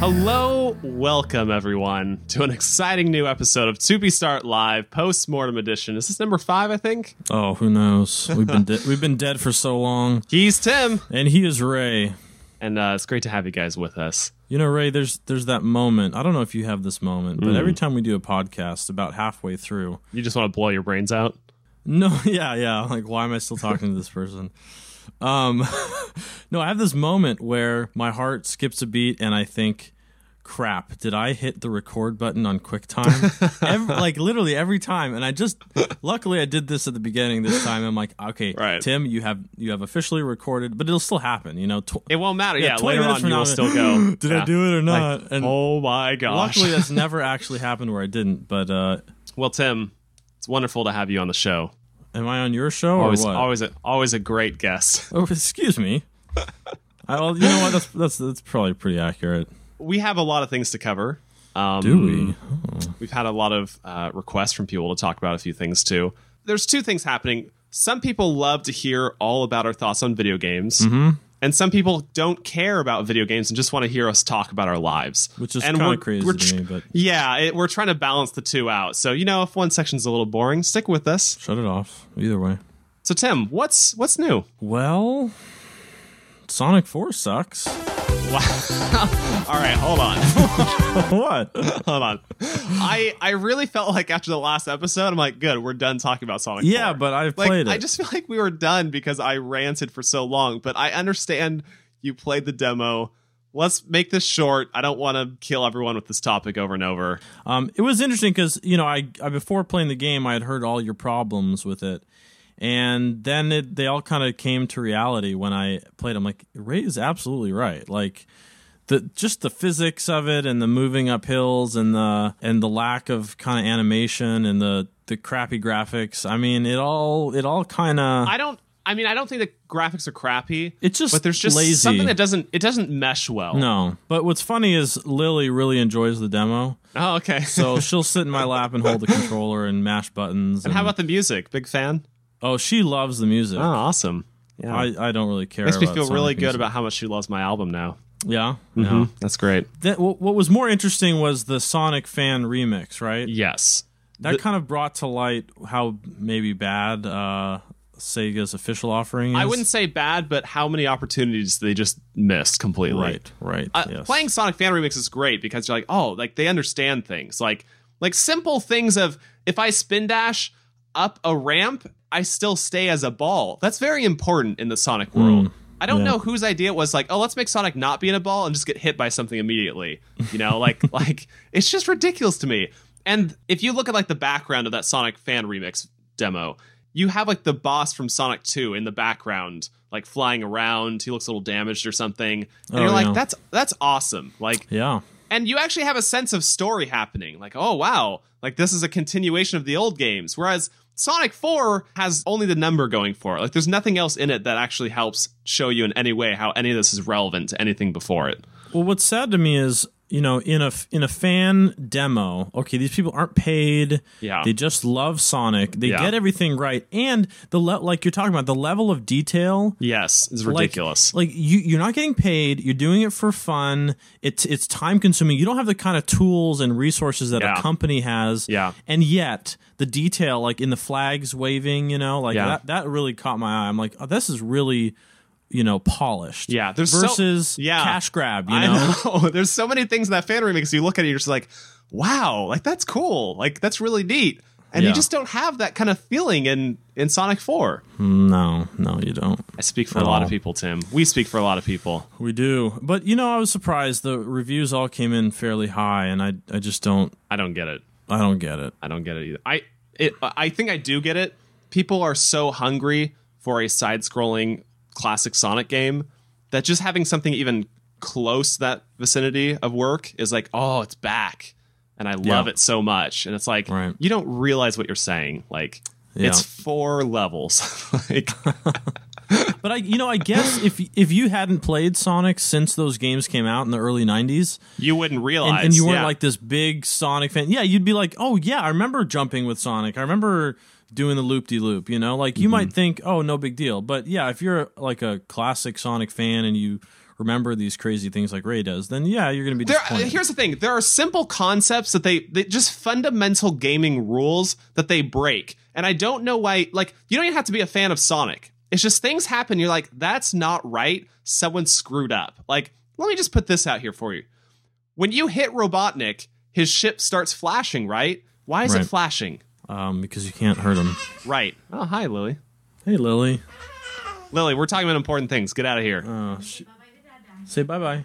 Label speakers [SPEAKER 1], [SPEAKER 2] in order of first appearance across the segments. [SPEAKER 1] Hello, welcome everyone to an exciting new episode of To Be Start Live Post Mortem Edition. Is this number five? I think
[SPEAKER 2] Oh, who knows? We've been de- we've been dead for so long,
[SPEAKER 1] he's Tim,
[SPEAKER 2] and he is Ray.
[SPEAKER 1] and uh, it's great to have you guys with us.
[SPEAKER 2] You know, Ray, there's there's that moment. I don't know if you have this moment, but every time we do a podcast, about halfway through,
[SPEAKER 1] You just want to blow your brains out.
[SPEAKER 2] no, yeah, yeah, like why am I still talking to this person? Um, no, I have this moment where my heart skips a beat, and I think. Crap! Did I hit the record button on QuickTime? Ev like literally every time, and I just luckily I did this at the beginning this time. I'm like, okay,
[SPEAKER 1] Right.
[SPEAKER 2] Tim, you have you have officially recorded, but it'll still happen. You know, tw-
[SPEAKER 1] It won't matter. Yeah,
[SPEAKER 2] 20
[SPEAKER 1] later
[SPEAKER 2] minutes
[SPEAKER 1] on
[SPEAKER 2] from
[SPEAKER 1] you
[SPEAKER 2] now,
[SPEAKER 1] will still go.
[SPEAKER 2] Did
[SPEAKER 1] Yeah.
[SPEAKER 2] I do it or not?
[SPEAKER 1] Like,
[SPEAKER 2] and
[SPEAKER 1] oh my gosh!
[SPEAKER 2] luckily, that's never actually happened where I didn't. But uh,
[SPEAKER 1] well, Tim, it's wonderful to have you on the show.
[SPEAKER 2] am I on your show
[SPEAKER 1] Always,
[SPEAKER 2] or what?
[SPEAKER 1] always, a, always a great guest.
[SPEAKER 2] Oh, excuse me. I, well, you know what? That's that's that's probably pretty accurate.
[SPEAKER 1] We have a lot of things to cover. Um,
[SPEAKER 2] Do we?
[SPEAKER 1] We've had a lot of uh, requests from people to talk about a few things too. There's two things happening. Some people love to hear all about our thoughts on video games,
[SPEAKER 2] Mm-hmm.
[SPEAKER 1] and some people don't care about video games and just want to hear us talk about our lives,
[SPEAKER 2] Which is
[SPEAKER 1] And
[SPEAKER 2] kinda
[SPEAKER 1] we're-
[SPEAKER 2] crazy
[SPEAKER 1] we're
[SPEAKER 2] to me, but-
[SPEAKER 1] yeah, it, we're trying to balance the two out. So you know, if one section's a little boring, stick with us.
[SPEAKER 2] Shut it off. Either way.
[SPEAKER 1] So Tim, what's what's new?
[SPEAKER 2] Well, Sonic Four sucks.
[SPEAKER 1] Wow. all right, hold on,
[SPEAKER 2] what?
[SPEAKER 1] hold on. I I really felt like after the last episode, I'm like, good, we're done talking about Sonic.
[SPEAKER 2] Yeah,
[SPEAKER 1] 4.
[SPEAKER 2] but I've
[SPEAKER 1] like
[SPEAKER 2] played it.
[SPEAKER 1] I just feel like we were done because I ranted for so long, but I understand you played the demo. Let's make this short. I don't want to kill everyone with this topic over and over.
[SPEAKER 2] Um, it was interesting because you know I, I before playing the game I had heard all your problems with it, and then it, they all kind of came to reality when I played. I'm like Ray is absolutely right. Like the just the physics of it and the moving up hills and the and the lack of kind of animation and the the crappy graphics. I mean it all it all kind of
[SPEAKER 1] I don't I mean, I don't think the graphics are crappy.
[SPEAKER 2] It's just
[SPEAKER 1] but there's just
[SPEAKER 2] lazy.
[SPEAKER 1] something that doesn't it doesn't mesh well.
[SPEAKER 2] no. But what's funny is Lily really enjoys the demo,
[SPEAKER 1] Oh, okay.
[SPEAKER 2] so she'll sit in my lap and hold the controller and mash buttons.
[SPEAKER 1] how about the music? Big fan?
[SPEAKER 2] oh she loves the music.
[SPEAKER 1] Oh, awesome. Yeah.
[SPEAKER 2] I, I don't really care.
[SPEAKER 1] Makes me
[SPEAKER 2] about
[SPEAKER 1] feel
[SPEAKER 2] Sonic
[SPEAKER 1] really good
[SPEAKER 2] music.
[SPEAKER 1] about how much she loves my album now.
[SPEAKER 2] Yeah, yeah.
[SPEAKER 1] Mhm. That's great.
[SPEAKER 2] That, what, what was more interesting was the Sonic fan remix, right?
[SPEAKER 1] Yes.
[SPEAKER 2] That kind of brought to light how maybe bad uh, Sega's official offering is.
[SPEAKER 1] I wouldn't say bad, but how many opportunities they just missed completely.
[SPEAKER 2] Right, right.
[SPEAKER 1] Uh,
[SPEAKER 2] yes.
[SPEAKER 1] playing Sonic fan remix is great because you're like, oh, like they understand things, like like simple things of if I spin dash up a ramp, I still stay as a ball. That's very important in the Sonic world. I don't know whose idea it was. Like, oh, let's make Sonic not be in a ball and just get hit by something immediately. You know, like like it's just ridiculous to me. And if you look at like the background of that Sonic fan remix demo, you have like the boss from Sonic 2 in the background, like flying around. He looks a little damaged or something. And
[SPEAKER 2] Oh,
[SPEAKER 1] you're like,
[SPEAKER 2] yeah.
[SPEAKER 1] that's that's awesome. Like
[SPEAKER 2] Yeah,
[SPEAKER 1] and you actually have a sense of story happening. Like, oh wow, like this is a continuation of the old games. Whereas Sonic 4 has only the number going for it. Like there's nothing else in it that actually helps show you in any way how any of this is relevant to anything before it.
[SPEAKER 2] Well, what's sad to me is you know in a in a fan demo, okay, these people aren't paid.
[SPEAKER 1] Yeah.
[SPEAKER 2] they just love Sonic. They
[SPEAKER 1] Yeah.
[SPEAKER 2] get everything right, and the le- like you're talking about the level of detail
[SPEAKER 1] Yes, it's
[SPEAKER 2] Like-
[SPEAKER 1] ridiculous.
[SPEAKER 2] Like, you, you're not getting paid. You're doing it for fun. It's it's time consuming. You don't have the kind of tools and resources that
[SPEAKER 1] Yeah.
[SPEAKER 2] a company has.
[SPEAKER 1] Yeah.
[SPEAKER 2] And yet, the detail, like in the flags waving, you know, like
[SPEAKER 1] Yeah.
[SPEAKER 2] that that really caught my eye. I'm like, oh, this is really, you know, polished.
[SPEAKER 1] Yeah, there's so-
[SPEAKER 2] versus
[SPEAKER 1] yeah.
[SPEAKER 2] cash grab. You know.
[SPEAKER 1] I know. There's so many things in that fan remix. You look at it, you're just like, wow, like that's cool. Like that's really neat. And you
[SPEAKER 2] Yeah.
[SPEAKER 1] just don't have that kind of feeling in in Sonic 4.
[SPEAKER 2] No, no, you don't.
[SPEAKER 1] I speak for a lot of
[SPEAKER 2] all.
[SPEAKER 1] people, Tim. We speak for a lot of people.
[SPEAKER 2] We do, but you know, I was surprised. The reviews all came in fairly high, and I I just don't
[SPEAKER 1] I don't get it.
[SPEAKER 2] I don't get it.
[SPEAKER 1] I don't get it either. I it I think I do get it. People are so hungry for a side-scrolling classic Sonic game that just having something even close to that vicinity of work is like, oh, it's back, and I love
[SPEAKER 2] Yeah.
[SPEAKER 1] it so much. And it's like
[SPEAKER 2] Right.
[SPEAKER 1] you don't realize what you're saying. Like it's
[SPEAKER 2] Yeah.
[SPEAKER 1] four levels. like
[SPEAKER 2] But I, you know, I guess if if you hadn't played Sonic since those games came out in the early '90s,
[SPEAKER 1] you wouldn't realize.
[SPEAKER 2] and, and you weren't
[SPEAKER 1] yeah.
[SPEAKER 2] like this big Sonic fan, yeah, you'd be like, oh yeah, I remember jumping with Sonic. I remember doing the loop de loop, you know? Like you might think, "Oh, no big deal." But yeah, if you're like a classic Sonic fan and you remember these crazy things like Ray does, then yeah, you're going to be
[SPEAKER 1] There, uh,
[SPEAKER 2] disappointed.
[SPEAKER 1] here's the thing: there are simple concepts that they, they just fundamental gaming rules that they break, and I don't know why. Like, you don't even have to be a fan of Sonic. It's just things happen. You're like, that's not right. Someone screwed up. Like, let me just put this out here for you: when you hit Robotnik, his ship starts flashing. Right? Why is
[SPEAKER 2] Right.
[SPEAKER 1] it flashing?
[SPEAKER 2] um because you can't hurt him.
[SPEAKER 1] Right. Oh, hi, Lily.
[SPEAKER 2] Hey, Lily.
[SPEAKER 1] Lily, we're talking about important things. Get out of here.
[SPEAKER 2] Oh, sh- say bye-bye.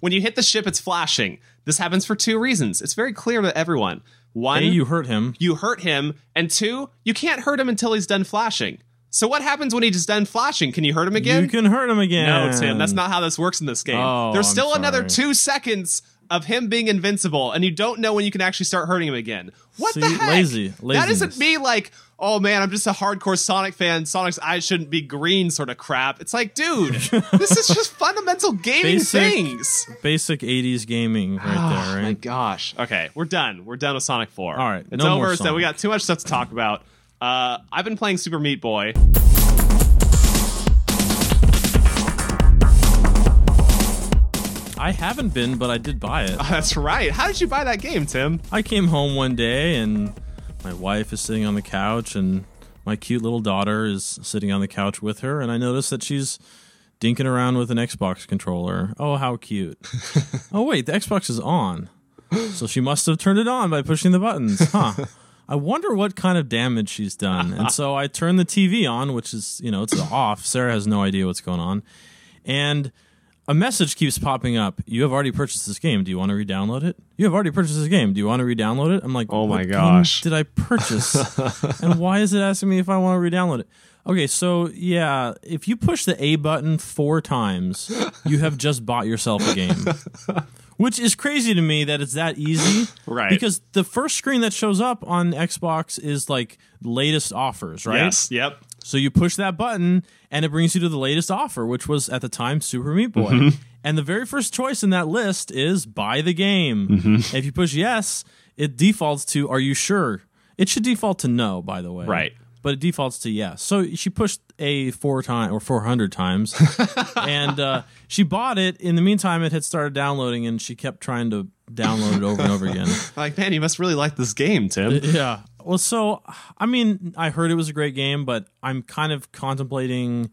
[SPEAKER 1] When you hit the ship, it's flashing. This happens for two reasons. It's very clear to everyone. One,
[SPEAKER 2] Hey, you hurt him.
[SPEAKER 1] you hurt him, and two, you can't hurt him until he's done flashing. So what happens when he's done flashing? Can you hurt him again?
[SPEAKER 2] You can hurt him again.
[SPEAKER 1] no, Tim, that's not how this works in this game.
[SPEAKER 2] Oh,
[SPEAKER 1] There's
[SPEAKER 2] I'm
[SPEAKER 1] still another
[SPEAKER 2] sorry.
[SPEAKER 1] two seconds of him being invincible, and you don't know when you can actually start hurting him again. What
[SPEAKER 2] See,
[SPEAKER 1] the heck?
[SPEAKER 2] lazy-
[SPEAKER 1] That isn't
[SPEAKER 2] laziness.
[SPEAKER 1] me like, oh man, I'm just a hardcore Sonic fan. Sonic's eyes shouldn't be green, sort of crap. It's like, dude, this is just fundamental gaming
[SPEAKER 2] Basic-
[SPEAKER 1] things.
[SPEAKER 2] basic 80s gaming right
[SPEAKER 1] Oh
[SPEAKER 2] there,
[SPEAKER 1] my
[SPEAKER 2] right?
[SPEAKER 1] gosh. Okay, we're done. We're done with Sonic 4.
[SPEAKER 2] Ah, All right,
[SPEAKER 1] It's
[SPEAKER 2] no
[SPEAKER 1] over,
[SPEAKER 2] more
[SPEAKER 1] so we
[SPEAKER 2] Sonic.
[SPEAKER 1] got too much stuff to talk about. Uh, I've been playing Super Meat Boy.
[SPEAKER 2] I haven't been, but I did buy it.
[SPEAKER 1] That's right. How did you buy that game, Tim?
[SPEAKER 2] I came home one day and my wife is sitting on the couch and my cute little daughter is sitting on the couch with her and I notice that she's dinking around with an Xbox controller. Oh, how cute. oh wait, the Xbox is on. So she must have turned it on by pushing the buttons. Huh. I wonder what kind of damage she's done. And so I turn the TV on, which is, you know, it's off. Sarah has no idea what's going on. And a message keeps popping up. You have already purchased this game. Do you want to re-download it? You have already purchased this game. Do you want to re-download it? I'm like,
[SPEAKER 1] Oh my
[SPEAKER 2] what game
[SPEAKER 1] gosh.
[SPEAKER 2] did I purchase? and why is it asking me if I want to re-download it? Okay, so yeah, if you push the A button four times, you have just bought yourself a game, which is crazy to me that it's that easy.
[SPEAKER 1] Right.
[SPEAKER 2] Because the first screen that shows up on Xbox is like latest offers, right?
[SPEAKER 1] Yes. Yep.
[SPEAKER 2] So you push that button and it brings you to the latest offer, which was at the time Super Meat Boy. And the very first choice in that list is buy the game. If you push yes, it defaults to are you sure? It should default to no, by the way.
[SPEAKER 1] Right.
[SPEAKER 2] But it defaults to yes. So she pushed a four time or four hundred times, and uh, she bought it. In the meantime, it had started downloading, and she kept trying to download it over and over again.
[SPEAKER 1] Like, man, you must really like this game, Tim.
[SPEAKER 2] Yeah. Well, so I mean, I heard it was a great game, but I'm kind of contemplating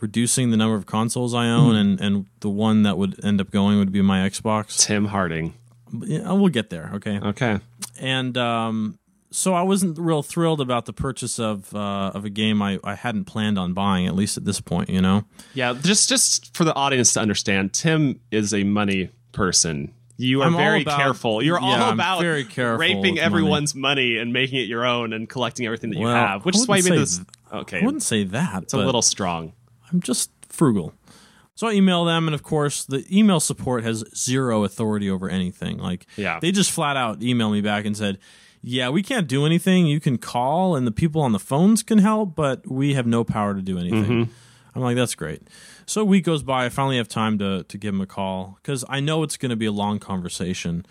[SPEAKER 2] reducing the number of consoles I
[SPEAKER 1] Hmm.
[SPEAKER 2] own, and and the one that would end up going would be my Xbox.
[SPEAKER 1] Tim Harding.
[SPEAKER 2] But, yeah, we'll get there. Okay.
[SPEAKER 1] Okay.
[SPEAKER 2] And um, so I wasn't real thrilled about the purchase of uh, of a game I I hadn't planned on buying, at least at this point. You know.
[SPEAKER 1] Yeah, just just for the audience to understand, Tim is a money person. You are
[SPEAKER 2] I'm all
[SPEAKER 1] very
[SPEAKER 2] about-
[SPEAKER 1] careful. You're
[SPEAKER 2] yeah,
[SPEAKER 1] all
[SPEAKER 2] I'm
[SPEAKER 1] about
[SPEAKER 2] very careful
[SPEAKER 1] raping
[SPEAKER 2] with
[SPEAKER 1] everyone's money. and making it your own and collecting everything that you
[SPEAKER 2] Well,
[SPEAKER 1] have, which
[SPEAKER 2] I
[SPEAKER 1] is why you made
[SPEAKER 2] wouldn't
[SPEAKER 1] this.
[SPEAKER 2] say-
[SPEAKER 1] Okay,
[SPEAKER 2] I wouldn't say that.
[SPEAKER 1] it's a little strong.
[SPEAKER 2] I'm just frugal. So I email them, and of course, the email support has zero authority over anything. Like,
[SPEAKER 1] Yeah.
[SPEAKER 2] they just flat out email me back and said, "Yeah, we can't do anything. You can call, and the people on the phones can help, but we have no power to do anything." I'm like, "That's great." So a week goes by. I finally have time to to give them a call because I know it's going to be a long conversation,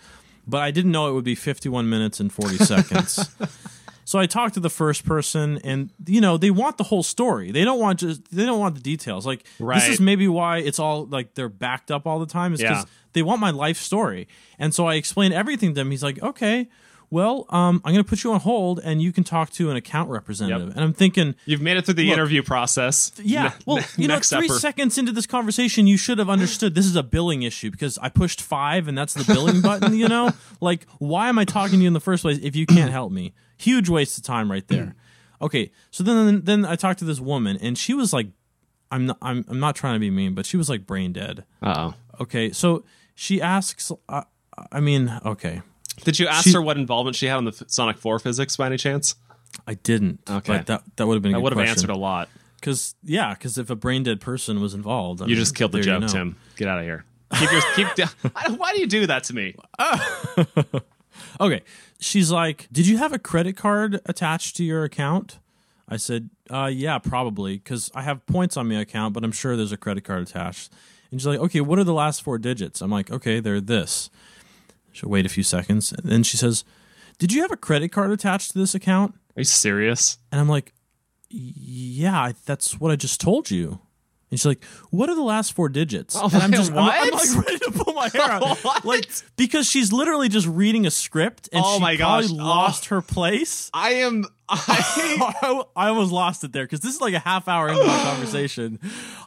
[SPEAKER 2] but I didn't know it would be 51 minutes and 40 seconds. So I talked to the first person, and you know they want the whole story. They don't want just they don't want the details. Like
[SPEAKER 1] Right.
[SPEAKER 2] this is maybe why it's all like they're backed up all the time. Is
[SPEAKER 1] Yeah.
[SPEAKER 2] because they want my life story, and so I explain everything to him. He's like, okay, well, um, I'm going to put you on hold, and you can talk to an account representative. And I'm thinking,
[SPEAKER 1] You've made it through the
[SPEAKER 2] Look,
[SPEAKER 1] interview process.
[SPEAKER 2] yeah,
[SPEAKER 1] Ne-
[SPEAKER 2] well,
[SPEAKER 1] ne-
[SPEAKER 2] you know,
[SPEAKER 1] next
[SPEAKER 2] three
[SPEAKER 1] upper.
[SPEAKER 2] seconds into this conversation, you should have understood this is a billing issue because I pushed five, and that's the billing button. You know, like why am I talking to you in the first place if you can't help me? Huge waste of time right there. okay, so then then I talked to this woman, and she was like, "I'm not, I'm, I'm not trying to be mean, but she was like brain dead."
[SPEAKER 1] Uh-oh.
[SPEAKER 2] Okay, so she asks, uh, I mean, okay,
[SPEAKER 1] Did you ask
[SPEAKER 2] She-
[SPEAKER 1] her what involvement she had on the f- Sonic 4 physics by any chance?
[SPEAKER 2] I didn't.
[SPEAKER 1] Okay.
[SPEAKER 2] but that that would have been
[SPEAKER 1] I
[SPEAKER 2] a
[SPEAKER 1] would
[SPEAKER 2] good
[SPEAKER 1] have answered a lot.
[SPEAKER 2] because yeah, because if a brain dead person was involved, I
[SPEAKER 1] You
[SPEAKER 2] mean,
[SPEAKER 1] just killed the
[SPEAKER 2] there you
[SPEAKER 1] joke,
[SPEAKER 2] know.
[SPEAKER 1] Tim. Get out of here. Keep your, keep down. I- Why do you do that to me?
[SPEAKER 2] Okay. She's like, Did you have a credit card attached to your account? I said, uh, Yeah, probably, because I have points on my account, but I'm sure there's a credit card attached. And she's like, Okay, what are the last four digits? I'm like, Okay, they're this. She'll wait a few seconds. And then she says, Did you have a credit card attached to this account?
[SPEAKER 1] Are you serious?
[SPEAKER 2] And I'm like, yeah, I- that's what I just told you. And she's like, what are the last four digits?
[SPEAKER 1] Oh,
[SPEAKER 2] and I'm
[SPEAKER 1] wait,
[SPEAKER 2] just, I'm- I'm,
[SPEAKER 1] what?
[SPEAKER 2] like ready to pull my hair out.
[SPEAKER 1] What?
[SPEAKER 2] Like, because she's literally just reading a script and
[SPEAKER 1] Oh
[SPEAKER 2] she
[SPEAKER 1] my
[SPEAKER 2] probably
[SPEAKER 1] gosh. Oh.
[SPEAKER 2] lost her place.
[SPEAKER 1] I am. I
[SPEAKER 2] I I almost lost it there because this is like a half hour into my conversation.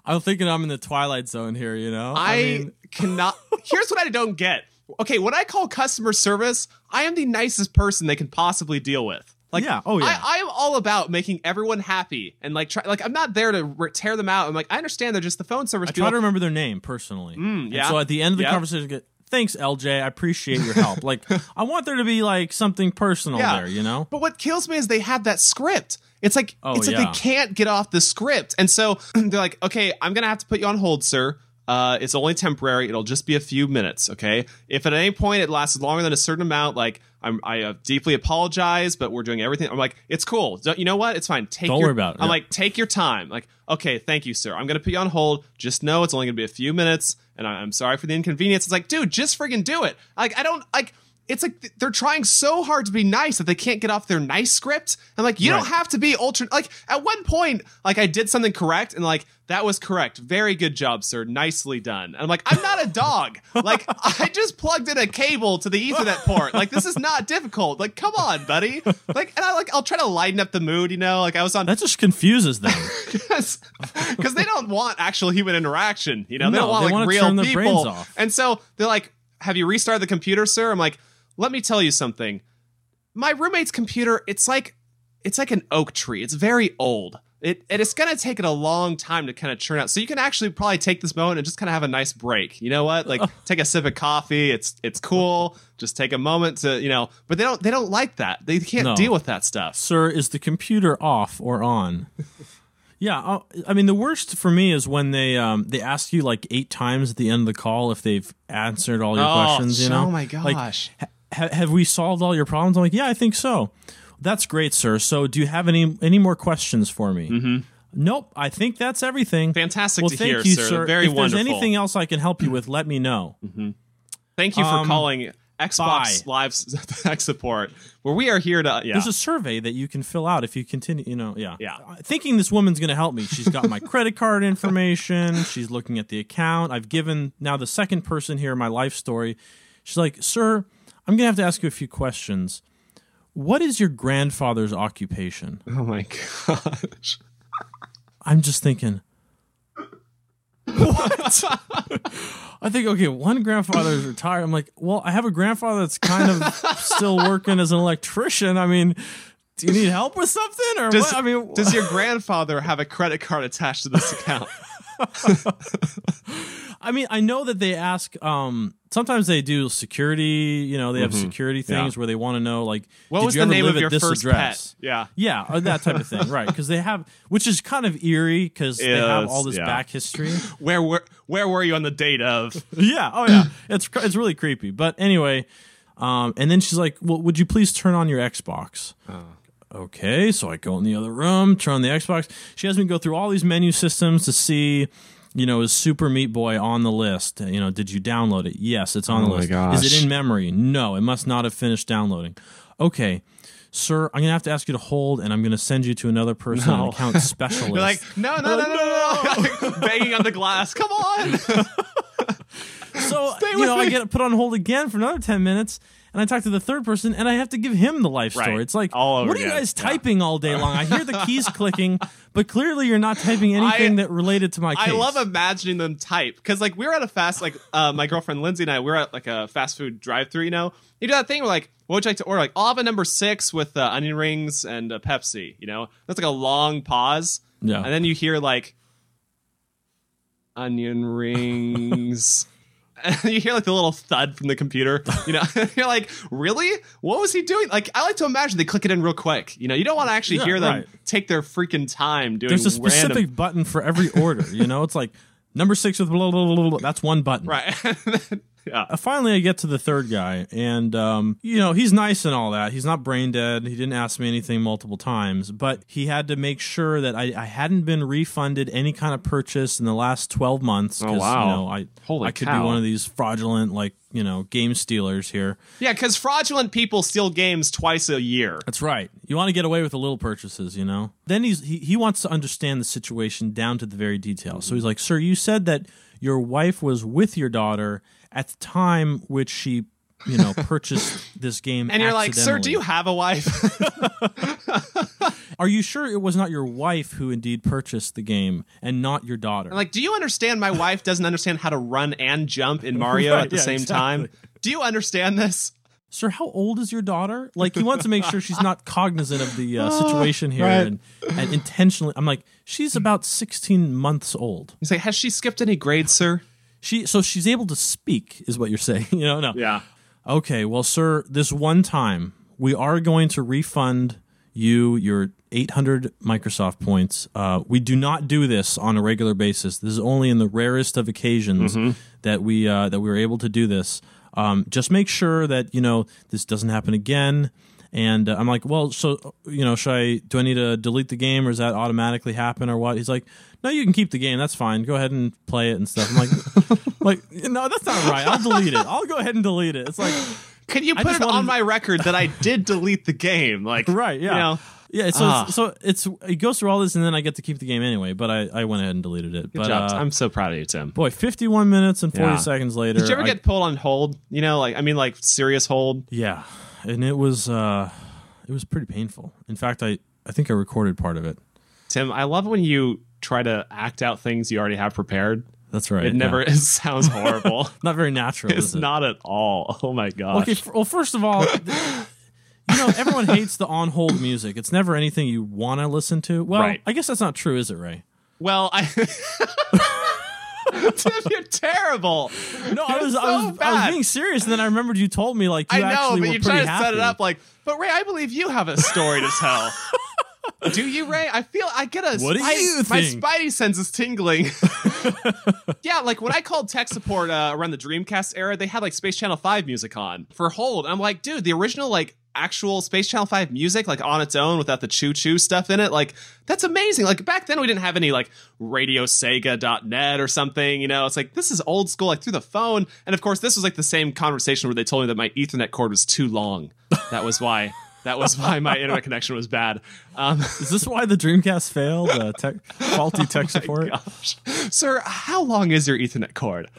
[SPEAKER 2] I'm thinking I'm in the twilight zone here, you know?
[SPEAKER 1] I
[SPEAKER 2] mean,
[SPEAKER 1] cannot. Here's what I don't get. Okay, when I call customer service, I am the nicest person they can possibly deal with. Like,
[SPEAKER 2] Yeah, oh, yeah.
[SPEAKER 1] I, I am all about making everyone happy and like try. Like, I'm not there to re- tear them out. I'm like, I understand they're just the phone service
[SPEAKER 2] I
[SPEAKER 1] people.
[SPEAKER 2] try to remember their name personally. And
[SPEAKER 1] Mm, yeah.
[SPEAKER 2] so at the end of the
[SPEAKER 1] Yeah.
[SPEAKER 2] conversation, I get, thanks, LJ. I appreciate your help. like, I want there to be like something personal
[SPEAKER 1] Yeah.
[SPEAKER 2] there, you know?
[SPEAKER 1] But what kills me is they have that script. It's like
[SPEAKER 2] Oh,
[SPEAKER 1] it's like
[SPEAKER 2] yeah.
[SPEAKER 1] they can't get off the script, and so they're like, "Okay, I'm gonna have to put you on hold, sir. Uh, it's only temporary. It'll just be a few minutes. Okay. If at any point it lasts longer than a certain amount, like I'm, I uh, deeply apologize, but we're doing everything. I'm like, it's cool. Don't- You know what? It's fine. Take
[SPEAKER 2] Don't
[SPEAKER 1] your-
[SPEAKER 2] worry about it.
[SPEAKER 1] I'm
[SPEAKER 2] Yeah.
[SPEAKER 1] like, take your time. Like, okay, thank you, sir. I'm gonna put you on hold. Just know it's only gonna be a few minutes, and I- I'm sorry for the inconvenience. It's like, dude, just friggin' do it. Like, I don't like. It's like th- they're trying so hard to be nice that they can't get off their nice script. I'm like, you don't
[SPEAKER 2] Right.
[SPEAKER 1] have to be ultra. Like at one point, like I did something correct, and like that was correct. Very good job, sir. Nicely done. And I'm like, I'm not a dog. like I just plugged in a cable to the Ethernet port. Like this is not difficult. Like come on, buddy. Like and I like I'll try to lighten up the mood. You know, like I was on
[SPEAKER 2] That just confuses them.
[SPEAKER 1] because they don't want actual human interaction. You know, they
[SPEAKER 2] No,
[SPEAKER 1] don't want
[SPEAKER 2] they
[SPEAKER 1] like
[SPEAKER 2] wanna
[SPEAKER 1] real
[SPEAKER 2] turn their
[SPEAKER 1] people.
[SPEAKER 2] brains off.
[SPEAKER 1] And so they're like, "Have you restarted the computer, sir?" I'm like, "Let me tell you something. My roommate's computer. It's like, it's like an oak tree. It's very old." It, and it's gonna take it a long time to kind of churn out. So you can actually probably take this moment and just kind of have a nice break. You know what? Like take a sip of coffee. It's it's cool. Just take a moment to you know. But they don't they don't like that. They can't
[SPEAKER 2] No.
[SPEAKER 1] deal with that stuff.
[SPEAKER 2] Sir, is the computer off or on? yeah, I, I mean the worst for me is when they um, they ask you like eight times at the end of the call if they've answered all your
[SPEAKER 1] Oh,
[SPEAKER 2] questions. You know,
[SPEAKER 1] oh my
[SPEAKER 2] Like,
[SPEAKER 1] gosh.
[SPEAKER 2] ha- have we solved all your problems? I'm like, yeah, I think so. That's great, sir. So, do you have any any more questions for me? Mm-hmm. Nope, I think that's everything.
[SPEAKER 1] Fantastic
[SPEAKER 2] Well,
[SPEAKER 1] to
[SPEAKER 2] thank
[SPEAKER 1] hear,
[SPEAKER 2] you,
[SPEAKER 1] sir.
[SPEAKER 2] sir.
[SPEAKER 1] Very
[SPEAKER 2] if
[SPEAKER 1] wonderful. Mm-hmm.
[SPEAKER 2] there's anything else I can help you with, let me know.
[SPEAKER 1] Thank you for
[SPEAKER 2] Um,
[SPEAKER 1] calling Xbox Live s- tech support, where we are here to. Yeah,
[SPEAKER 2] There's a survey that you can fill out if you continue. You know, yeah,
[SPEAKER 1] Yeah.
[SPEAKER 2] Uh, Thinking this woman's going to help me. She's got my credit card information. She's looking at the account. I've given now the second person here my life story. She's like, "Sir, I'm going to have to ask you a few questions. What is your grandfather's occupation?"
[SPEAKER 1] oh my gosh,
[SPEAKER 2] I'm just thinking, what? I think, okay, one grandfather's retired. I'm like, well, I have a grandfather that's kind of still working as an electrician. I mean, do you need help with something? Or
[SPEAKER 1] does,
[SPEAKER 2] what? I mean,
[SPEAKER 1] does your grandfather have a credit card attached to this account?
[SPEAKER 2] I mean, I know that they ask, um, sometimes they do security, you know, they have security things where they want to know, like,
[SPEAKER 1] Mm-hmm. What
[SPEAKER 2] did
[SPEAKER 1] was
[SPEAKER 2] you
[SPEAKER 1] the
[SPEAKER 2] ever
[SPEAKER 1] name
[SPEAKER 2] live
[SPEAKER 1] of
[SPEAKER 2] at
[SPEAKER 1] your
[SPEAKER 2] this
[SPEAKER 1] first
[SPEAKER 2] address?
[SPEAKER 1] pet? Yeah,
[SPEAKER 2] Yeah, or that type of thing, right? Because they have, which is kind of eerie because they have
[SPEAKER 1] Yes,
[SPEAKER 2] all this
[SPEAKER 1] yeah.
[SPEAKER 2] back history.
[SPEAKER 1] where were where were you on the date of?
[SPEAKER 2] Yeah. Oh yeah. It's it's really creepy. But anyway, um, and then she's like, "Well, would you please turn on your Xbox?"
[SPEAKER 1] Oh.
[SPEAKER 2] Okay. So I go in the other room, turn on the Xbox. She has me go through all these menu systems to see. You know, is Super Meat Boy on the list? You know, did you download it? Yes, it's on the
[SPEAKER 1] Oh my
[SPEAKER 2] list.
[SPEAKER 1] gosh.
[SPEAKER 2] Is it in memory? No, it must not have finished downloading. Okay, sir, I'm gonna have to ask you to hold, and I'm gonna send you to another person, an
[SPEAKER 1] No.
[SPEAKER 2] account specialist.
[SPEAKER 1] You're like, no, no, no, no, no, Oh, no. banging on the glass. Come on.
[SPEAKER 2] So you
[SPEAKER 1] with
[SPEAKER 2] know, I
[SPEAKER 1] me.
[SPEAKER 2] get put on hold again for another ten minutes, and I talk to the third person, and I have to give him the life story.
[SPEAKER 1] Right.
[SPEAKER 2] It's like,
[SPEAKER 1] All over
[SPEAKER 2] what are you
[SPEAKER 1] again.
[SPEAKER 2] guys
[SPEAKER 1] Yeah.
[SPEAKER 2] typing all day long? I hear the keys clicking, but clearly you're not typing anything that related to my case.
[SPEAKER 1] I love imagining them type because like we were at a fast like uh, my girlfriend Lindsay and I we were at like a fast food drive through. You know, you do that thing where like what would you like to order? Like I'll have a number six with uh, onion rings and a Pepsi. You know, that's like a long pause.
[SPEAKER 2] Yeah.
[SPEAKER 1] and then you hear like onion rings. And you hear like the little thud from the computer. You know, you're like, really? What was he doing? Like, I like to imagine they click it in real quick. You know, you don't want to actually
[SPEAKER 2] Yeah,
[SPEAKER 1] hear them
[SPEAKER 2] right.
[SPEAKER 1] take their freaking time doing
[SPEAKER 2] There's a
[SPEAKER 1] random
[SPEAKER 2] specific button for every order. You know, it's like number six with blah blah blah. blah, blah. That's one button.
[SPEAKER 1] Right. Yeah.
[SPEAKER 2] Uh, finally, I get to the third guy, and um, you know he's nice and all that. He's not brain dead. He didn't ask me anything multiple times, but he had to make sure that I, I hadn't been refunded any kind of purchase in the last twelve months. 'cause,
[SPEAKER 1] Oh, wow.
[SPEAKER 2] You know, I
[SPEAKER 1] Holy
[SPEAKER 2] I could
[SPEAKER 1] cow.
[SPEAKER 2] be one of these fraudulent like you know game stealers here.
[SPEAKER 1] Yeah, because fraudulent people steal games twice a year.
[SPEAKER 2] That's right. You want to get away with the little purchases, you know. Then he's he, he wants to understand the situation down to the very detail. So he's like, "Sir, you said that your wife was with your daughter at the time which she, you know, purchased this game."
[SPEAKER 1] And you're like, sir, do you
[SPEAKER 2] accidentally.
[SPEAKER 1] have a wife?
[SPEAKER 2] Are you sure it was not your wife who indeed purchased the game and not your daughter?
[SPEAKER 1] I'm like, do you understand my wife doesn't understand how to run and jump in Mario
[SPEAKER 2] Right,
[SPEAKER 1] at the
[SPEAKER 2] yeah,
[SPEAKER 1] same time?
[SPEAKER 2] exactly.
[SPEAKER 1] Do you understand this?
[SPEAKER 2] sir, how old is your daughter? Like, he wants to make sure she's not cognizant of the uh, situation here
[SPEAKER 1] Oh, Right.
[SPEAKER 2] and, and intentionally. I'm like, she's about 16 months old.
[SPEAKER 1] He's like, has she skipped any grades, sir?
[SPEAKER 2] She so she's able to speak is what you're saying. You know, no.
[SPEAKER 1] Yeah.
[SPEAKER 2] Okay, well, sir, this one time we are going to refund you your 800 Microsoft points. Uh, we do not do this on a regular basis. This is only in the rarest of occasions that we uh, that we were able to do this. Um, just make sure that you know this doesn't happen again. And uh, I'm like, well, so you know, should I do I need to delete the game or does that automatically happen or what? He's like, no, you can keep the game. That's fine. Go ahead and play it and stuff. I'm like, like no, that's not right. I'll delete it. I'll go ahead and delete it. It's like
[SPEAKER 1] Can you put
[SPEAKER 2] just
[SPEAKER 1] it
[SPEAKER 2] wanted-
[SPEAKER 1] on my record that I did delete the game? Like,
[SPEAKER 2] right, yeah,
[SPEAKER 1] you know,
[SPEAKER 2] yeah. So
[SPEAKER 1] Ah.
[SPEAKER 2] it's, so it's it goes through all this and then I get to keep the game anyway. But I, I went ahead and deleted it.
[SPEAKER 1] good
[SPEAKER 2] but
[SPEAKER 1] job.
[SPEAKER 2] uh,
[SPEAKER 1] I'm so proud of you, Tim.
[SPEAKER 2] boy, 51 minutes and 40
[SPEAKER 1] Yeah.
[SPEAKER 2] seconds later.
[SPEAKER 1] Did you ever
[SPEAKER 2] I-
[SPEAKER 1] get pulled on hold? You know, like I mean, like serious hold.
[SPEAKER 2] yeah, and it was uh, it was pretty painful. In fact, I I think I recorded part of it.
[SPEAKER 1] Tim, I love when you try to act out things you already have prepared.
[SPEAKER 2] That's right.
[SPEAKER 1] It
[SPEAKER 2] yeah.
[SPEAKER 1] never it sounds horrible.
[SPEAKER 2] not very natural.
[SPEAKER 1] it's
[SPEAKER 2] is it?
[SPEAKER 1] not at all. Oh my gosh.
[SPEAKER 2] Okay, f- well, first of all, th- you know, everyone hates the on hold music. It's never anything you want to listen to. Well,
[SPEAKER 1] Right.
[SPEAKER 2] I guess that's not true, is it, Ray?
[SPEAKER 1] Well, I Tim, you're terrible.
[SPEAKER 2] No, I was,
[SPEAKER 1] so
[SPEAKER 2] I, was I
[SPEAKER 1] bad.
[SPEAKER 2] was being serious, and then I remembered you told me, like, you
[SPEAKER 1] I know, but
[SPEAKER 2] actually were
[SPEAKER 1] you
[SPEAKER 2] pretty
[SPEAKER 1] try to
[SPEAKER 2] happy.
[SPEAKER 1] set it up like, but Ray, I believe you have a story to tell. Do you, Ray? I feel I get a
[SPEAKER 2] What do
[SPEAKER 1] spidey-
[SPEAKER 2] you
[SPEAKER 1] my
[SPEAKER 2] think?
[SPEAKER 1] spidey sense is tingling. yeah, like when I called tech support uh, around the Dreamcast era, they had like Space Channel Five music on for hold. I'm like, dude, the original like actual Space Channel Five music, like on its own without the choo choo stuff in it, like that's amazing. Like back then, we didn't have any like RadioSega.net or something. You know, it's like this is old school, like through the phone. And of course, this was like the same conversation where they told me that my Ethernet cord was too long. That was why. That was why my internet connection was bad. Um,
[SPEAKER 2] Is this why the Dreamcast failed? Uh, tech, faulty
[SPEAKER 1] Oh
[SPEAKER 2] tech support.
[SPEAKER 1] Gosh. Sir, how long is your Ethernet cord?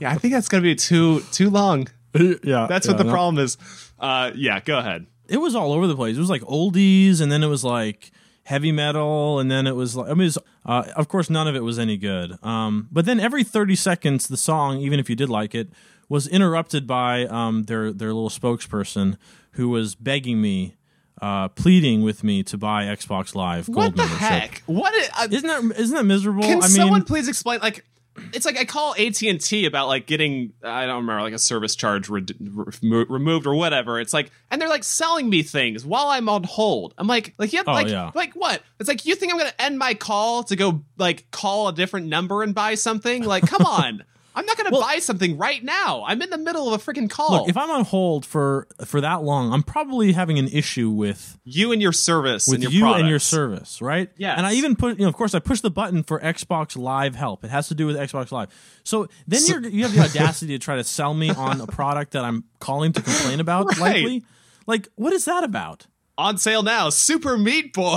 [SPEAKER 1] yeah, I think that's gonna be too too long.
[SPEAKER 2] yeah,
[SPEAKER 1] That's
[SPEAKER 2] yeah,
[SPEAKER 1] what the
[SPEAKER 2] no.
[SPEAKER 1] problem is. Uh, yeah, go ahead.
[SPEAKER 2] It was all over the place. It was like oldies, and then it was like heavy metal, and then it was like I mean, it was, uh, of course, none of it was any good. Um, but then every thirty seconds, the song, even if you did like it, was interrupted by um, their their little spokesperson who was begging me, uh, pleading with me to buy Xbox Live Gold
[SPEAKER 1] What the
[SPEAKER 2] membership.
[SPEAKER 1] heck? What is, uh,
[SPEAKER 2] Isn't that isn't that miserable?
[SPEAKER 1] can
[SPEAKER 2] I mean,
[SPEAKER 1] someone please explain? Like, it's like I call AT and T about like getting I don't remember like a service charge re- re- removed or whatever. It's like and they're like selling me things while I'm on hold. I'm like like yeah
[SPEAKER 2] Oh,
[SPEAKER 1] like
[SPEAKER 2] yeah.
[SPEAKER 1] like what? It's like you think I'm gonna end my call to go like call a different number and buy something? Like come on. I'm not gonna buy something right now. I'm in the middle of a freaking call.
[SPEAKER 2] look, if I'm on hold for for that long, I'm probably having an issue with
[SPEAKER 1] you and your service and
[SPEAKER 2] with
[SPEAKER 1] your
[SPEAKER 2] you and your
[SPEAKER 1] products.
[SPEAKER 2] service, right?
[SPEAKER 1] Yes.
[SPEAKER 2] And I even put, you know, of course, I push the button for Xbox Live help. It has to do with Xbox Live. So then you're, you have the audacity to try to sell me on a product that I'm calling to complain about,
[SPEAKER 1] Right.
[SPEAKER 2] likely. Like, what is that about?
[SPEAKER 1] on sale now. Super Meat Boy.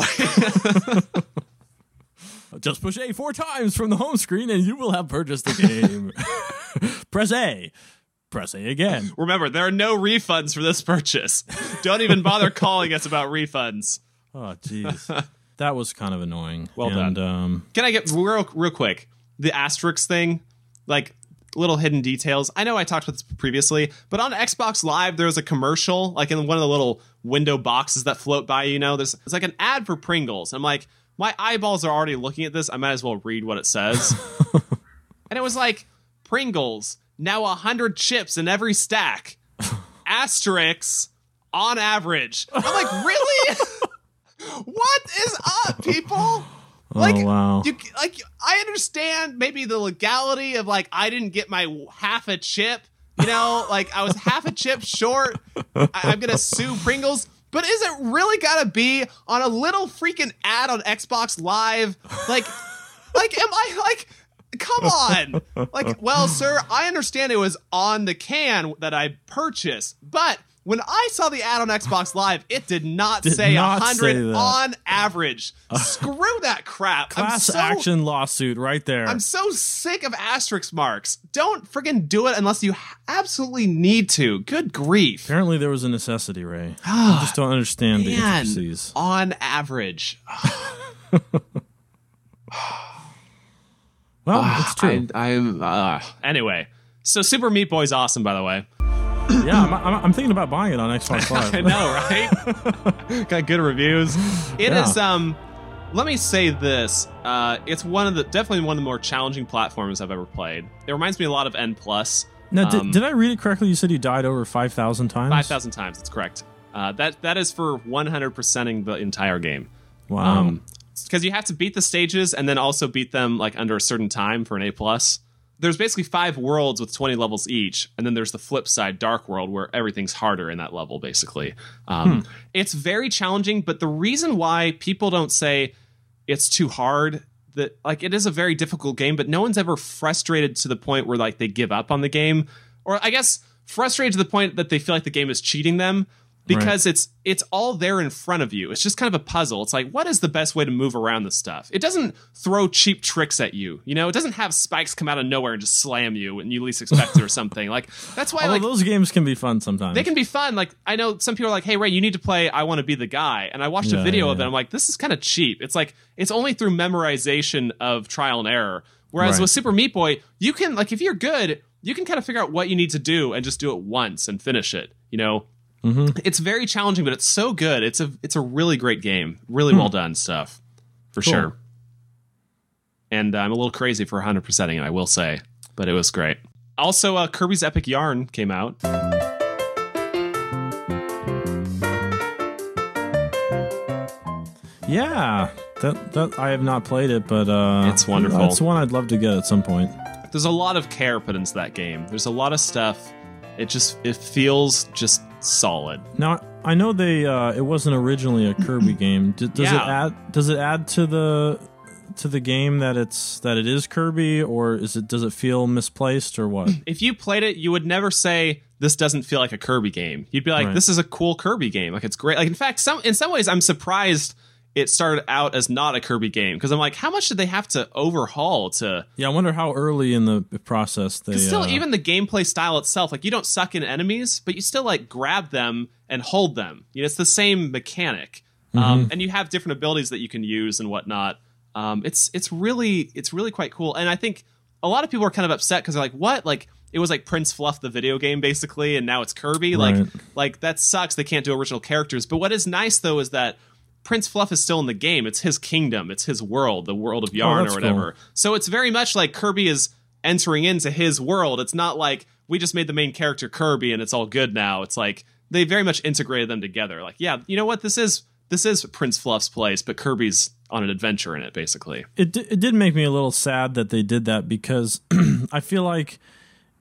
[SPEAKER 2] Just push A four times from the home screen and you will have purchased the game. Press A. Press A again.
[SPEAKER 1] Remember, there are no refunds for this purchase. Don't even bother calling us about refunds.
[SPEAKER 2] Oh, jeez. that was kind of annoying.
[SPEAKER 1] Well
[SPEAKER 2] and,
[SPEAKER 1] done.
[SPEAKER 2] Um,
[SPEAKER 1] Can I get real, real quick the asterisk thing, like little hidden details? I know I talked about this previously, but on Xbox Live there was a commercial, like in one of the little window boxes that float by. You know, there's it's like an ad for Pringles. I'm like, my eyeballs are already looking at this. I might as well read what it says. and it was like Pringles now hundred chips in every stack, asterisks on average. I'm like, really? what is up, people? Like,
[SPEAKER 2] oh, wow.
[SPEAKER 1] you like I understand maybe the legality of like I didn't get my half a chip. You know, like I was half a chip short. I- I'm gonna sue Pringles. But is it really gotta be on a little freaking ad on Xbox Live? Like, like am I like? Come on. Like, well, sir, I understand it was on the can that I purchased, but when I saw the ad on Xbox Live, it did not
[SPEAKER 2] Did
[SPEAKER 1] say
[SPEAKER 2] not say
[SPEAKER 1] 100
[SPEAKER 2] that.
[SPEAKER 1] on average. Screw that crap. I'm
[SPEAKER 2] Uh, Class
[SPEAKER 1] so
[SPEAKER 2] action lawsuit right there.
[SPEAKER 1] I'm so sick of asterisk marks. Don't friggin' do it unless you absolutely need to. Good grief.
[SPEAKER 2] Apparently, there was a necessity, Ray. I just don't understand the
[SPEAKER 1] Man,
[SPEAKER 2] intricacies.
[SPEAKER 1] on average.
[SPEAKER 2] Well,
[SPEAKER 1] Ah,
[SPEAKER 2] it's true.
[SPEAKER 1] I, am uh, anyway. So Super Meat Boy's awesome, by the way.
[SPEAKER 2] yeah, I'm, I'm, I'm thinking about buying it on Xbox
[SPEAKER 1] I
[SPEAKER 2] Live.
[SPEAKER 1] know, right? Got good reviews. It is
[SPEAKER 2] Yeah.
[SPEAKER 1] um let me say this. Uh it's one of the definitely one of the more challenging platforms I've ever played. It reminds me a lot of N plus.
[SPEAKER 2] now, did,
[SPEAKER 1] Um,
[SPEAKER 2] did I read it correctly? You said you died over five thousand times.
[SPEAKER 1] Five thousand times, that's correct. Uh, that that is for one hundred percenting the entire game.
[SPEAKER 2] Wow.
[SPEAKER 1] Um, because you have to beat the stages and then also beat them like under a certain time for an A plus. There's basically five worlds with 20 levels each, and then there's the flip side, Dark World, where everything's harder in that level. Basically, um, it's very challenging. But the reason why people don't say it's too hard that like it is a very difficult game but no one's ever frustrated to the point where like they give up on the game or i guess frustrated to the point that they feel like the game is cheating them because it's it's all there in front of you it's just kind of a puzzle it's like what is the best way to move around this stuff it doesn't throw cheap tricks at you you know it doesn't have spikes come out of nowhere and just slam you when you least expect it or something like that's why
[SPEAKER 2] Although
[SPEAKER 1] like
[SPEAKER 2] those games can be fun sometimes.
[SPEAKER 1] they can be fun. Like I know some people are like, "Hey Ray, you need to play I Want to Be the Guy," and I watched a
[SPEAKER 2] Yeah,
[SPEAKER 1] video
[SPEAKER 2] yeah,
[SPEAKER 1] of it.
[SPEAKER 2] yeah.
[SPEAKER 1] I'm like, this is kind of cheap. It's like it's only through memorization of trial and error. Whereas
[SPEAKER 2] Right.
[SPEAKER 1] with Super Meat Boy, you can like if you're good, you can kind of figure out what you need to do and just do it once and finish it. You know,
[SPEAKER 2] Mm-hmm.
[SPEAKER 1] it's very challenging, but it's so good. It's a it's a really great game. Really well done stuff, for
[SPEAKER 2] Hmm. Cool.
[SPEAKER 1] sure. And uh, I'm a little crazy for 100 percenting it, I will say, but it was great. Also, uh, Kirby's Epic Yarn came out.
[SPEAKER 2] Yeah, that that I have not played it, but uh,
[SPEAKER 1] It's wonderful.
[SPEAKER 2] That's one I'd love to get at some point.
[SPEAKER 1] there's a lot of care put into that game. There's a lot of stuff. It just it feels just solid.
[SPEAKER 2] Now I know they uh, it wasn't originally a Kirby game. D- does it
[SPEAKER 1] Yeah.
[SPEAKER 2] add does it add to the to the game that it's that it is Kirby, or is it does it feel misplaced or what?
[SPEAKER 1] If you played it, you would never say this doesn't feel like a Kirby game. You'd be like,
[SPEAKER 2] Right.
[SPEAKER 1] this is a cool Kirby game. Like it's great. Like in fact, some in some ways, I'm surprised it started out as not a Kirby game because I'm like, how much did they have to overhaul to?
[SPEAKER 2] yeah, I wonder how early in the process they
[SPEAKER 1] Still,
[SPEAKER 2] uh,
[SPEAKER 1] even the gameplay style itself, like you don't suck in enemies, but you still like grab them and hold them. You know, it's the same mechanic, um, and you have different abilities that you can use and whatnot. Um, it's it's really it's really quite cool, and I think a lot of people are kind of upset because they're like, "What? Like it was like Prince Fluff the video game basically, and now it's Kirby. Like
[SPEAKER 2] Right.
[SPEAKER 1] like that sucks. They can't do original characters." But what is nice though is that. Prince Fluff is still in the game. It's his kingdom. It's his world, the world of yarn or
[SPEAKER 2] that's cool.
[SPEAKER 1] whatever. So it's very much like Kirby is entering into his world. It's not like we just made the main character Kirby and it's all good now. It's like they very much integrated them together. Like, yeah, you know what? This is this is Prince Fluff's place, but Kirby's on an adventure in it, basically.
[SPEAKER 2] it di- it did make me a little sad that they did that because I feel like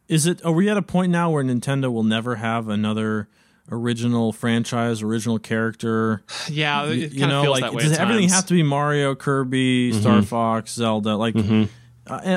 [SPEAKER 2] is it are we at a point now where Nintendo will never have another original franchise, original character?
[SPEAKER 1] Yeah, it kind
[SPEAKER 2] you know,
[SPEAKER 1] of feels
[SPEAKER 2] like
[SPEAKER 1] that way.
[SPEAKER 2] does
[SPEAKER 1] at
[SPEAKER 2] everything
[SPEAKER 1] times.
[SPEAKER 2] have to be Mario, Kirby, Star Fox, Zelda? Like, I- and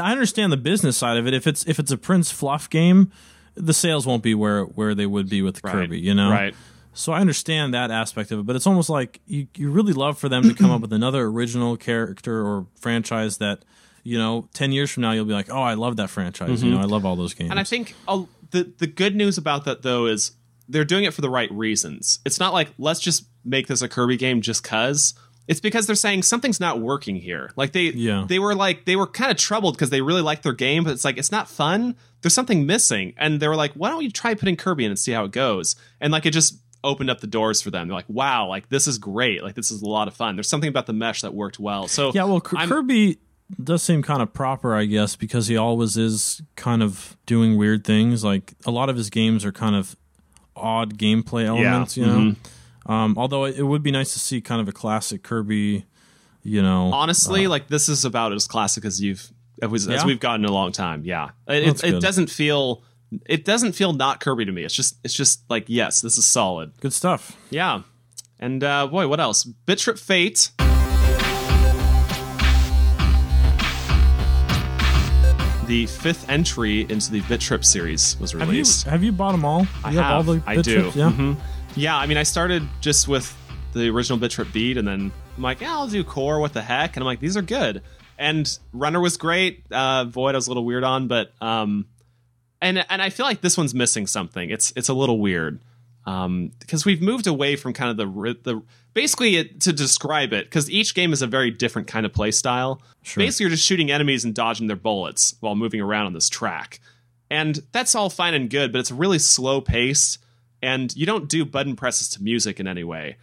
[SPEAKER 2] I understand the business side of it. If it's if it's a Prince Fluff game, the sales won't be where where they would be with Kirby. You know,
[SPEAKER 1] Right.
[SPEAKER 2] So I understand that aspect of it, but it's almost like you you really love for them to come up with another original character or franchise that. You know, ten years from now, you'll be like, "Oh, I love that franchise. You know, I love all those games."
[SPEAKER 1] Mm-hmm. And I think uh, the the good news about that though is they're doing it for the right reasons. It's not like let's just make this a Kirby game just cuz. It's because they're saying something's not working here. Like they
[SPEAKER 2] Yeah.
[SPEAKER 1] they were like they were kind of troubled because they really liked their game, but it's like it's not fun. There's something missing, and they were like, why don't we try putting Kirby in and see how it goes? And like it just opened up the doors for them. They're like, wow, like this is great. Like this is a lot of fun. There's something about the mesh that worked well. So
[SPEAKER 2] Yeah, well, K-
[SPEAKER 1] I'm-
[SPEAKER 2] Kirby does seem kind of proper, I guess, because he always is kind of doing weird things. Like a lot of his games are kind of odd
[SPEAKER 1] mm-hmm.
[SPEAKER 2] gameplay elements, you know. Um, although it, it would be nice to see kind of a classic Kirby, you know
[SPEAKER 1] honestly like this is about as classic as you've as, we- as
[SPEAKER 2] Uh-huh. Yeah?
[SPEAKER 1] we've gotten in a long time yeah it,
[SPEAKER 2] That's
[SPEAKER 1] it, it
[SPEAKER 2] good.
[SPEAKER 1] doesn't feel it doesn't feel not kirby to me it's just it's just like yes this is solid
[SPEAKER 2] good stuff.
[SPEAKER 1] yeah and uh boy what else bit trip fate the fifth entry into the bit trip series was
[SPEAKER 2] Have you,
[SPEAKER 1] released
[SPEAKER 2] have you bought them all? You
[SPEAKER 1] I
[SPEAKER 2] have, all the
[SPEAKER 1] I
[SPEAKER 2] bit
[SPEAKER 1] do.
[SPEAKER 2] strips? Yeah.
[SPEAKER 1] Mhm. Yeah, I mean, I started just with the original Bit Trip Beat, and then I'm like, yeah, I'll do Core. What the heck? And I'm like, these are good. And Runner was great. Uh, Void, I was a little weird on, but um, and and I feel like this one's missing something. It's it's a little weird um, because we've moved away from kind of the ri- the basically it, to describe it because each game is a very different kind of play style.
[SPEAKER 2] Sure.
[SPEAKER 1] Basically, you're just shooting enemies and dodging their bullets while moving around on this track, and that's all fine and good, but it's really slow paced, and you don't do button presses to music in any way.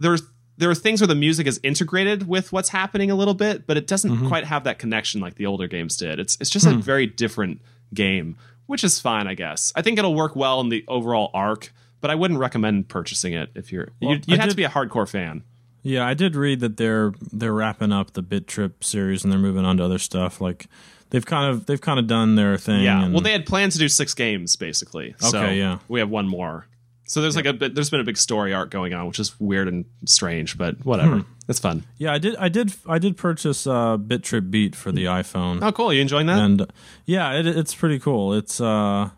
[SPEAKER 1] There's there are things where the music is integrated with what's happening a little bit, but it doesn't
[SPEAKER 2] Mm-hmm.
[SPEAKER 1] quite have that connection like the older games did. It's it's just a
[SPEAKER 2] Hmm.
[SPEAKER 1] very different game, which is fine, I guess. I think it'll work well in the overall arc, but I wouldn't recommend purchasing it if you're
[SPEAKER 2] Well,
[SPEAKER 1] you'd, you'd
[SPEAKER 2] I
[SPEAKER 1] have to
[SPEAKER 2] did-
[SPEAKER 1] be a hardcore fan.
[SPEAKER 2] Yeah, I did read that they're they're wrapping up the Bit Trip series and they're moving on to other stuff. Like they've kind of they've kind of done their thing.
[SPEAKER 1] Yeah.
[SPEAKER 2] and-
[SPEAKER 1] Well, they had planned to do six games basically. so
[SPEAKER 2] Okay, yeah.
[SPEAKER 1] We have one more. So there's like a bit, there's been a big story arc going on, which is weird and strange, but whatever.
[SPEAKER 2] Hmm.
[SPEAKER 1] It's fun.
[SPEAKER 2] yeah, I did I did I did purchase uh, Bit Trip Beat for the iPhone.
[SPEAKER 1] Oh, cool. You enjoying that?
[SPEAKER 2] and uh, yeah it, it's pretty cool it's uh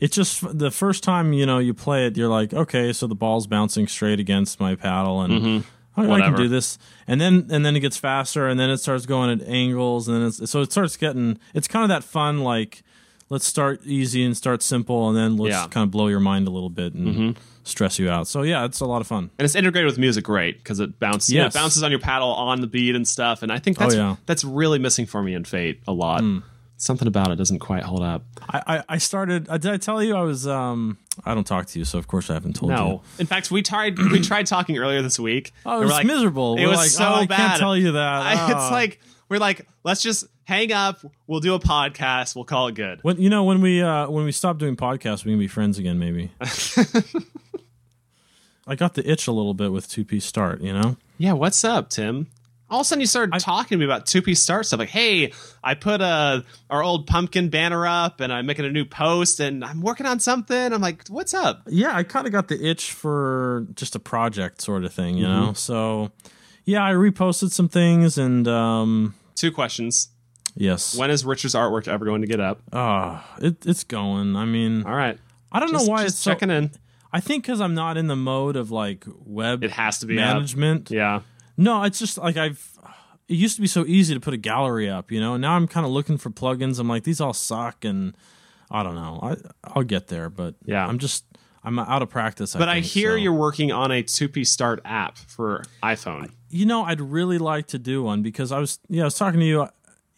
[SPEAKER 2] it's just the first time you know you play it you're like okay so the ball's bouncing straight against my paddle and oh, I- I, can
[SPEAKER 1] Mm-hmm. Whatever.
[SPEAKER 2] do this and then and then it gets faster and then it starts going at angles and then it's so it starts getting it's kind of that fun like let's start easy and start simple and then let's
[SPEAKER 1] Yeah. Mm-hmm.
[SPEAKER 2] kind of blow your mind a little bit and stress you out so yeah it's a lot of fun
[SPEAKER 1] and it's integrated with music great because it bounces you know, it
[SPEAKER 2] Yes. Oh,
[SPEAKER 1] bounces on your paddle on the beat and stuff and i think that's
[SPEAKER 2] yeah. Hmm.
[SPEAKER 1] that's really missing for me in fate a lot something about it doesn't quite hold up
[SPEAKER 2] I, I i started uh, did i tell you i was um i don't talk to you so of course i haven't told you
[SPEAKER 1] no in fact we tried we tried talking earlier this week
[SPEAKER 2] Oh,
[SPEAKER 1] and
[SPEAKER 2] it
[SPEAKER 1] we're
[SPEAKER 2] was
[SPEAKER 1] like,
[SPEAKER 2] miserable.
[SPEAKER 1] it
[SPEAKER 2] We're
[SPEAKER 1] was
[SPEAKER 2] like,
[SPEAKER 1] so
[SPEAKER 2] oh, I
[SPEAKER 1] bad
[SPEAKER 2] can't tell you that.
[SPEAKER 1] I-
[SPEAKER 2] Ah.
[SPEAKER 1] it's like we're like let's just hang up we'll do a podcast we'll call it good
[SPEAKER 2] when you know when we uh, when we stop doing podcasts, we can be friends again. Maybe. I got the itch a little bit with two piece start. You know.
[SPEAKER 1] yeah what's up tim all of a sudden you started talking to me about two piece start stuff like hey i put uh our old pumpkin banner up and i'm making a new post and i'm working on something i'm like what's up
[SPEAKER 2] Yeah, I kind of got the itch for just a project sort of thing. You know. So, yeah, I reposted some things and um,
[SPEAKER 1] two questions
[SPEAKER 2] yes,
[SPEAKER 1] When is Richard's artwork ever going to get up?
[SPEAKER 2] uh, it, it's going. I mean,
[SPEAKER 1] All right.
[SPEAKER 2] I don't
[SPEAKER 1] Just,
[SPEAKER 2] know why
[SPEAKER 1] just
[SPEAKER 2] it's so-
[SPEAKER 1] checking in.
[SPEAKER 2] I think because I'm not in the mode of like web
[SPEAKER 1] It has to be up.
[SPEAKER 2] management.
[SPEAKER 1] Yeah.
[SPEAKER 2] No, it's just like I've. It used to be so easy to put a gallery up, you know. and Now I'm kind of looking for plugins. I'm like, these all suck, and I don't know. I I'll get there, but
[SPEAKER 1] Yeah.
[SPEAKER 2] I'm just I'm out of practice.
[SPEAKER 1] But I
[SPEAKER 2] think,
[SPEAKER 1] hear
[SPEAKER 2] so.
[SPEAKER 1] you're working on a two piece start app for iPhone.
[SPEAKER 2] You know, I'd really like to do one because I was yeah I was talking to you.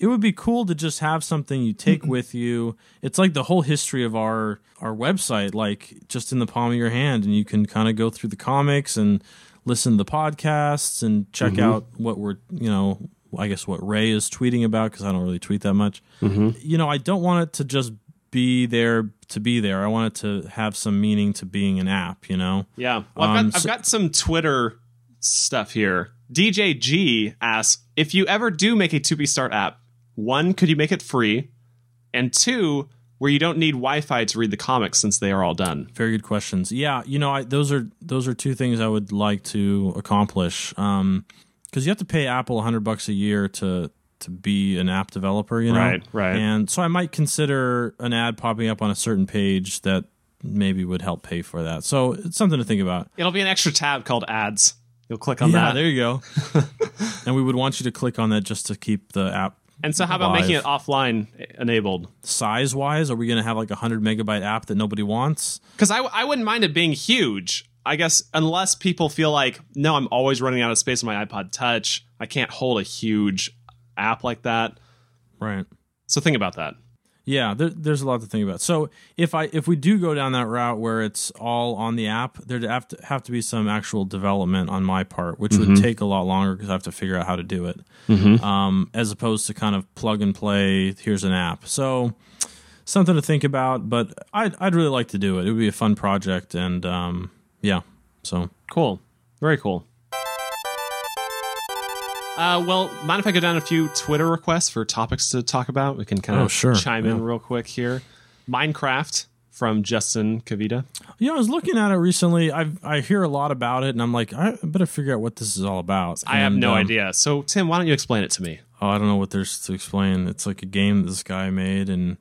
[SPEAKER 2] It would be cool to just have something you take with you. It's like the whole history of our our website, like just in the palm of your hand, and you can kind of go through the comics and listen to the podcasts and check out what we're you know I guess what Ray is tweeting about because I don't really tweet that much. You know, I don't want it to just be there to be there. I want it to have some meaning to being an app. You know.
[SPEAKER 1] Yeah. Well, I've,
[SPEAKER 2] Um,
[SPEAKER 1] got, I've
[SPEAKER 2] so-
[SPEAKER 1] got some Twitter stuff here. DJ G asks If you ever do make a two piece start app, one, could you make it free? And two, where you don't need Wi Fi to read the comics since they are all done.
[SPEAKER 2] Very good questions. Yeah, you know, I, those are those are two things I would like to accomplish. Um, because you have to pay Apple hundred bucks a year to to be an app developer, you know.
[SPEAKER 1] Right, right.
[SPEAKER 2] And so I might consider an ad popping up on a certain page that maybe would help pay for that. So it's something to think about.
[SPEAKER 1] It'll be an extra tab called ads. You'll click on
[SPEAKER 2] yeah,
[SPEAKER 1] that.
[SPEAKER 2] there you go. and we would want you to click on that just to keep the app
[SPEAKER 1] And so, how about
[SPEAKER 2] Live.
[SPEAKER 1] making it offline enabled?
[SPEAKER 2] size wise. Are we going to have like a hundred megabyte app that nobody wants?
[SPEAKER 1] because I, I wouldn't mind it being huge i guess unless people feel like no i'm always running out of space on my ipod touch i can't hold a huge app like that
[SPEAKER 2] Right.
[SPEAKER 1] so think about that
[SPEAKER 2] Yeah, there, there's a lot to think about. So if I if we do go down that route where it's all on the app, there'd have to have to be some actual development on my part, which would take a lot longer because I have to figure out how to do it, um, as opposed to kind of plug and play. Here's an app. So something to think about, but I'd I'd really like to do it. It would be a fun project, and um, yeah. So
[SPEAKER 1] cool very cool Uh, well, mind if I go down a few Twitter requests for topics to talk about? We can kind of
[SPEAKER 2] Oh, sure.
[SPEAKER 1] chime in
[SPEAKER 2] Yeah.
[SPEAKER 1] real quick here. Minecraft from Justin Kavita.
[SPEAKER 2] You know, I was looking at it recently. I I hear a lot about it, and I'm like, I better figure out what this is all about.
[SPEAKER 1] I have
[SPEAKER 2] And,
[SPEAKER 1] no
[SPEAKER 2] um,
[SPEAKER 1] idea. So, Tim, why don't you explain it to me?
[SPEAKER 2] Oh, I don't know what there's to explain. It's like a game that this guy made, and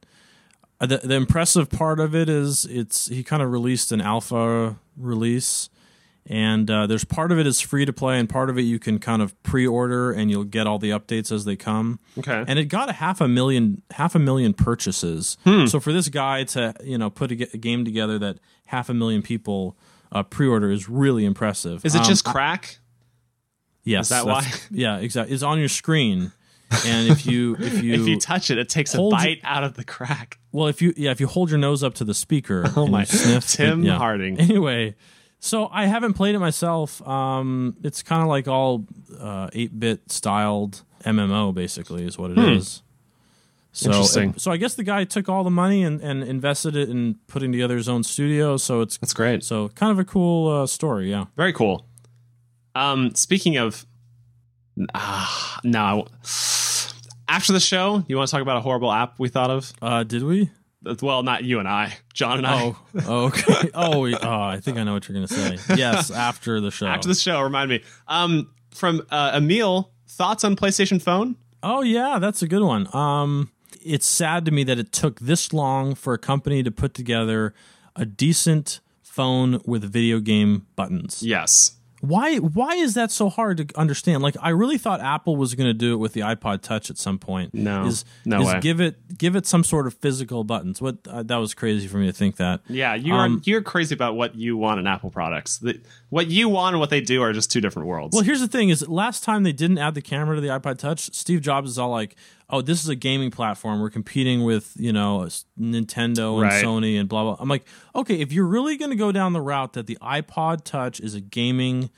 [SPEAKER 2] uh, the the impressive part of it is it's he kind of released an alpha release, and uh, there's part of it is free to play, and part of it you can kind of pre-order, and you'll get all the updates as they come.
[SPEAKER 1] Okay.
[SPEAKER 2] And it got a half a million half a million purchases.
[SPEAKER 1] Hmm.
[SPEAKER 2] So for this guy to you know put a, ge- a game together that half a million people uh, pre-order is really impressive.
[SPEAKER 1] Is it
[SPEAKER 2] Um,
[SPEAKER 1] just crack?
[SPEAKER 2] yes?
[SPEAKER 1] that
[SPEAKER 2] that's-
[SPEAKER 1] why?
[SPEAKER 2] Yeah, exactly. It's on your screen, and if you if you,
[SPEAKER 1] if you touch it, it takes a
[SPEAKER 2] hold your-
[SPEAKER 1] bite out of the crack.
[SPEAKER 2] well if you yeah if you hold your nose up to the speaker, oh
[SPEAKER 1] my-
[SPEAKER 2] sniff,
[SPEAKER 1] Tim
[SPEAKER 2] yeah.
[SPEAKER 1] Harding.
[SPEAKER 2] Anyway. So I haven't played it myself. Um, it's kind of like all eight bit styled MMO, basically, is what it is. So,
[SPEAKER 1] Hmm. Interesting.
[SPEAKER 2] So I guess the guy took all the money and, and invested it in putting together his own studio. So it's
[SPEAKER 1] That's great.
[SPEAKER 2] so kind of a cool uh, story. Yeah.
[SPEAKER 1] Very cool. Um, speaking of, ah, no. I won't- After the show, you want to talk about a horrible app we thought of?
[SPEAKER 2] Uh, did we?
[SPEAKER 1] Well, not you and I, John and I.
[SPEAKER 2] Oh, oh, okay. Oh, we- oh, I think I know what you're gonna say. Yes, after the show.
[SPEAKER 1] After the show, remind me. Um, from uh, Emil, thoughts on PlayStation Phone?
[SPEAKER 2] Oh yeah, that's a good one. Um, it's sad to me that it took this long for a company to put together a decent phone with video game buttons.
[SPEAKER 1] Yes.
[SPEAKER 2] Why why is that so hard to understand? Like I really thought Apple was going to do it with the iPod Touch at some point.
[SPEAKER 1] No.
[SPEAKER 2] is,
[SPEAKER 1] No
[SPEAKER 2] is
[SPEAKER 1] way.
[SPEAKER 2] give it give it some sort of physical buttons. What uh, that was crazy for me to think that. Um,
[SPEAKER 1] Yeah, you are you're crazy about what you want in Apple products. The, what you want and what they do are just two different worlds.
[SPEAKER 2] Well, here's the thing: is last time they didn't add the camera to the iPod Touch, Steve Jobs is all like, "Oh, this is a gaming platform. We're competing with you know s- Nintendo and
[SPEAKER 1] Right.
[SPEAKER 2] Sony and blah blah." I'm like, okay, if you're really going to go down the route that the iPod Touch is a gaming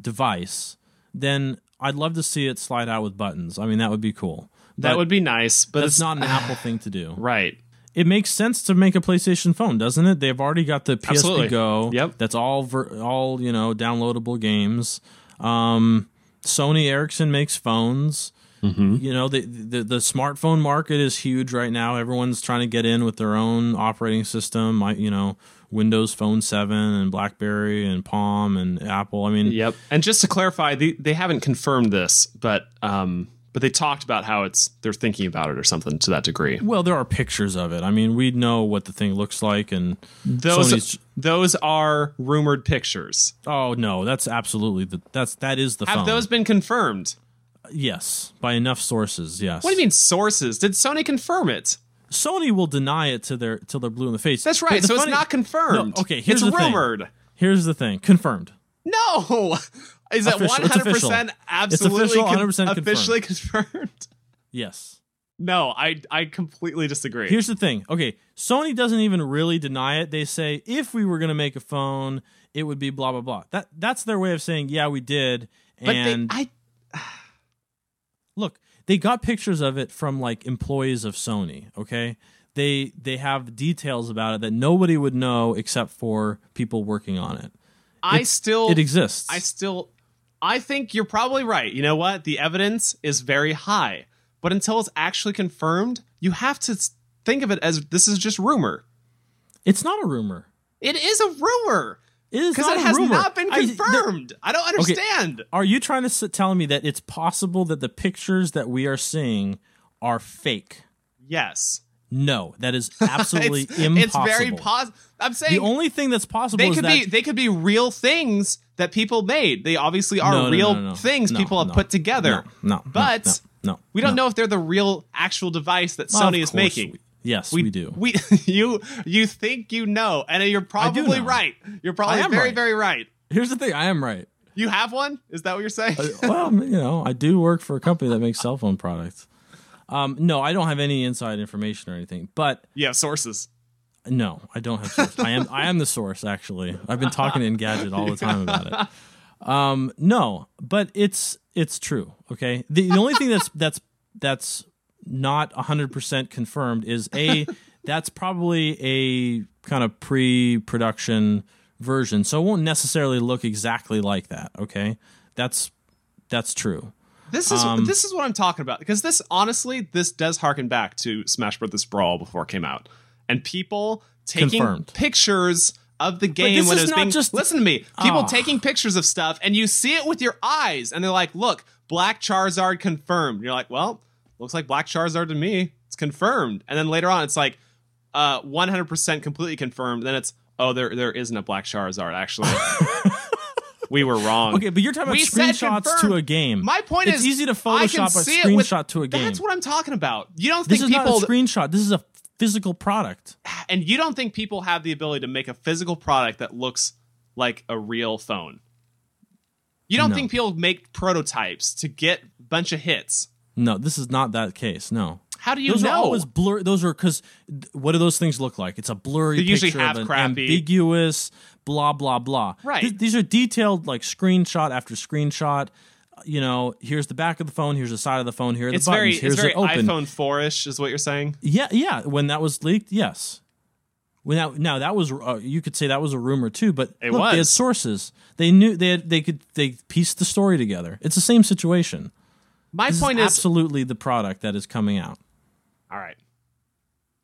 [SPEAKER 2] device, then I'd love to see it slide out with buttons. I mean, that would be cool.
[SPEAKER 1] that would be nice, but
[SPEAKER 2] That's
[SPEAKER 1] it's
[SPEAKER 2] not an Apple thing to do.
[SPEAKER 1] right.
[SPEAKER 2] It makes sense to make a PlayStation phone, doesn't it? They've already got the PSP
[SPEAKER 1] Absolutely.
[SPEAKER 2] Go.
[SPEAKER 1] Yep.
[SPEAKER 2] That's all ver- all you know downloadable games. Um, Sony Ericsson makes phones.
[SPEAKER 1] Mm-hmm.
[SPEAKER 2] You know the, the the smartphone market is huge right now. Everyone's trying to get in with their own operating system. My, you know Windows Phone Seven and BlackBerry and Palm and Apple. I mean,
[SPEAKER 1] Yep. And just to clarify, they, they haven't confirmed this, but um, but they talked about how it's they're thinking about it or something to that degree.
[SPEAKER 2] well, there are pictures of it. I mean, we know what the thing looks like, and
[SPEAKER 1] Those
[SPEAKER 2] Sony's.
[SPEAKER 1] those are rumored pictures.
[SPEAKER 2] Oh no, that's absolutely the that's that is the
[SPEAKER 1] Have
[SPEAKER 2] phone.
[SPEAKER 1] those been confirmed?
[SPEAKER 2] Yes, by enough sources. Yes.
[SPEAKER 1] What do you mean sources? Did Sony confirm it?
[SPEAKER 2] Sony will deny it to their till they're blue in the face.
[SPEAKER 1] That's
[SPEAKER 2] But
[SPEAKER 1] right.
[SPEAKER 2] the
[SPEAKER 1] So
[SPEAKER 2] funny-
[SPEAKER 1] it's not confirmed.
[SPEAKER 2] No, okay, here's
[SPEAKER 1] it's
[SPEAKER 2] the thing.
[SPEAKER 1] rumored.
[SPEAKER 2] Here's the thing. Confirmed.
[SPEAKER 1] No. Is it
[SPEAKER 2] Official-
[SPEAKER 1] one
[SPEAKER 2] it's
[SPEAKER 1] hundred
[SPEAKER 2] official.
[SPEAKER 1] percent
[SPEAKER 2] It's
[SPEAKER 1] absolutely
[SPEAKER 2] official,
[SPEAKER 1] con-
[SPEAKER 2] 100% confirmed.
[SPEAKER 1] officially confirmed?
[SPEAKER 2] Yes.
[SPEAKER 1] No, I I completely disagree.
[SPEAKER 2] Here's the thing. Okay, Sony doesn't even really deny it. They say if we were going to make a phone, it would be blah blah blah. That that's their way of saying yeah, we did.
[SPEAKER 1] but
[SPEAKER 2] and
[SPEAKER 1] they, I
[SPEAKER 2] look, they got pictures of it from like employees of Sony. Okay, they they have details about it that nobody would know except for people working on it.
[SPEAKER 1] I still
[SPEAKER 2] It exists.
[SPEAKER 1] I still I think you're probably right. You know what? The evidence is very high. But until it's actually confirmed, you have to s- think of it as this is just rumor.
[SPEAKER 2] it's not a rumor.
[SPEAKER 1] It is a rumor
[SPEAKER 2] It is
[SPEAKER 1] because
[SPEAKER 2] not
[SPEAKER 1] it
[SPEAKER 2] a
[SPEAKER 1] has
[SPEAKER 2] rumor.
[SPEAKER 1] not been
[SPEAKER 2] I- the-
[SPEAKER 1] confirmed. I, don't understand.
[SPEAKER 2] Are you trying to s- tell me that it's possible that the pictures that we are seeing are fake?
[SPEAKER 1] Yes.
[SPEAKER 2] No, that is absolutely
[SPEAKER 1] It's, it's
[SPEAKER 2] impossible.
[SPEAKER 1] very possible. I'm
[SPEAKER 2] The
[SPEAKER 1] saying
[SPEAKER 2] only thing that's possible
[SPEAKER 1] they
[SPEAKER 2] is
[SPEAKER 1] could
[SPEAKER 2] that
[SPEAKER 1] be they could be real things that people made. They obviously are
[SPEAKER 2] No, no,
[SPEAKER 1] real
[SPEAKER 2] no, no, no.
[SPEAKER 1] things
[SPEAKER 2] No,
[SPEAKER 1] people have
[SPEAKER 2] no,
[SPEAKER 1] put together.
[SPEAKER 2] No, no, no,
[SPEAKER 1] but
[SPEAKER 2] no, no,
[SPEAKER 1] we don't
[SPEAKER 2] no.
[SPEAKER 1] know if they're the real actual device that
[SPEAKER 2] Of
[SPEAKER 1] Sony is
[SPEAKER 2] course
[SPEAKER 1] making.
[SPEAKER 2] we- yes, we, do.
[SPEAKER 1] We you you think you know, and you're
[SPEAKER 2] do
[SPEAKER 1] probably
[SPEAKER 2] know.
[SPEAKER 1] right. You're
[SPEAKER 2] I
[SPEAKER 1] probably
[SPEAKER 2] am
[SPEAKER 1] very
[SPEAKER 2] right.
[SPEAKER 1] very right.
[SPEAKER 2] Here's the thing: I am right. Uh,
[SPEAKER 1] You have one? Is that what you're saying?
[SPEAKER 2] well, you know, I do work for a company that makes cell phone products. Um, no, I don't have any inside information or anything, but
[SPEAKER 1] you have sources.
[SPEAKER 2] No, I don't have. Source. I am. I am the source. Actually, I've been talking to Engadget all the time about it. Um, no, but it's it's true. Okay, the, the only thing that's that's that's not hundred percent confirmed is a that's probably a kind of pre-production version, so it won't necessarily look exactly like that. Okay, that's that's true.
[SPEAKER 1] This is
[SPEAKER 2] Um,
[SPEAKER 1] this is what I'm talking about because this honestly this does harken back to Smash Bros. Brawl before it came out, and people taking
[SPEAKER 2] Confirmed.
[SPEAKER 1] pictures of the game
[SPEAKER 2] this
[SPEAKER 1] when
[SPEAKER 2] is
[SPEAKER 1] it was
[SPEAKER 2] not
[SPEAKER 1] being
[SPEAKER 2] just-
[SPEAKER 1] listen to me people
[SPEAKER 2] Ah.
[SPEAKER 1] taking pictures of stuff and you see it with your eyes and they're like look Black Charizard confirmed you're like well looks like Black Charizard to me it's confirmed and then later on it's like uh 100% completely confirmed then it's oh there there isn't a Black Charizard actually we were wrong
[SPEAKER 2] Okay, but you're talking about
[SPEAKER 1] We said
[SPEAKER 2] screenshots to
[SPEAKER 1] confirmed.
[SPEAKER 2] a game.
[SPEAKER 1] my point
[SPEAKER 2] it's
[SPEAKER 1] is,
[SPEAKER 2] easy to
[SPEAKER 1] I can
[SPEAKER 2] Photoshop a
[SPEAKER 1] see it with-
[SPEAKER 2] screenshot to a game.
[SPEAKER 1] That's what I'm talking about. You don't
[SPEAKER 2] this
[SPEAKER 1] think
[SPEAKER 2] is
[SPEAKER 1] people
[SPEAKER 2] not a screenshot. This is a physical product.
[SPEAKER 1] and you don't think people have the ability to make a physical product that looks like a real phone. You don't
[SPEAKER 2] No.
[SPEAKER 1] think people make prototypes to get a bunch of hits.
[SPEAKER 2] No, this is not that case. No.
[SPEAKER 1] How do you
[SPEAKER 2] those
[SPEAKER 1] know?
[SPEAKER 2] are always blur. Those are because what do those things look like? It's a blurry
[SPEAKER 1] They usually
[SPEAKER 2] picture
[SPEAKER 1] have
[SPEAKER 2] of an
[SPEAKER 1] crappy-
[SPEAKER 2] ambiguous blah blah blah.
[SPEAKER 1] Right.
[SPEAKER 2] Th- these are detailed like screenshot after screenshot. You know, here's the back of the phone. Here's the side of the phone. Here are the
[SPEAKER 1] it's
[SPEAKER 2] buttons.
[SPEAKER 1] very
[SPEAKER 2] here's
[SPEAKER 1] it's very
[SPEAKER 2] it open.
[SPEAKER 1] iPhone 4ish is what you're saying.
[SPEAKER 2] Yeah, yeah. When that was leaked, yes. When that now that was uh, you could say that was a rumor too, but
[SPEAKER 1] It
[SPEAKER 2] look, they had
[SPEAKER 1] was.
[SPEAKER 2] sources. They knew they had, they could they pieced the story together. It's the same situation.
[SPEAKER 1] My
[SPEAKER 2] This
[SPEAKER 1] point
[SPEAKER 2] is
[SPEAKER 1] is
[SPEAKER 2] absolutely the product that is coming out.
[SPEAKER 1] All right.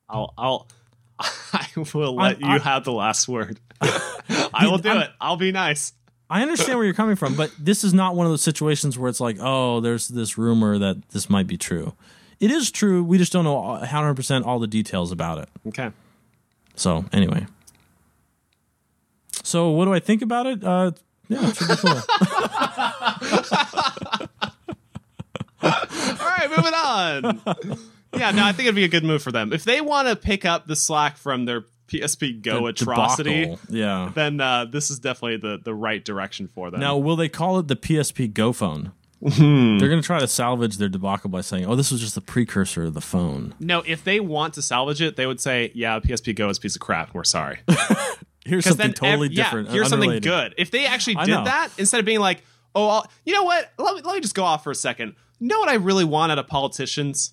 [SPEAKER 1] I'll I'll I will let
[SPEAKER 2] I'm-
[SPEAKER 1] you have the last word. I will do
[SPEAKER 2] I'm-
[SPEAKER 1] it. I'll be nice.
[SPEAKER 2] I understand where you're coming from, but this is not one of those situations where it's like, oh, there's this rumor that this might be true. It is true. We just don't know 100% all the details about it.
[SPEAKER 1] Okay.
[SPEAKER 2] So, anyway. So, what do I think about it? Uh, yeah, it should be cool.
[SPEAKER 1] All right, moving on. yeah, no, I think it'd be a good move for them if they want to pick up the slack from their PSP Go Oh, atrocity.
[SPEAKER 2] Debacle. Yeah.
[SPEAKER 1] Then uh, this is definitely the the right direction for them.
[SPEAKER 2] Now, will they call it the PSP Go phone?
[SPEAKER 1] Hmm.
[SPEAKER 2] They're going to try to salvage their debacle by saying, oh, this was just the precursor of the phone.
[SPEAKER 1] no, if they want to salvage it, they would say, "Yeah, PSP Go is a piece of crap. We're sorry." Because
[SPEAKER 2] Here's something
[SPEAKER 1] then
[SPEAKER 2] totally
[SPEAKER 1] ev-
[SPEAKER 2] different.
[SPEAKER 1] Yeah, here's something good.
[SPEAKER 2] unrelated.
[SPEAKER 1] If they actually
[SPEAKER 2] I
[SPEAKER 1] did
[SPEAKER 2] know.
[SPEAKER 1] that instead of being like, "Oh, I'll, you know what? Let me let me just go off for a second. You know what I really want out of politicians?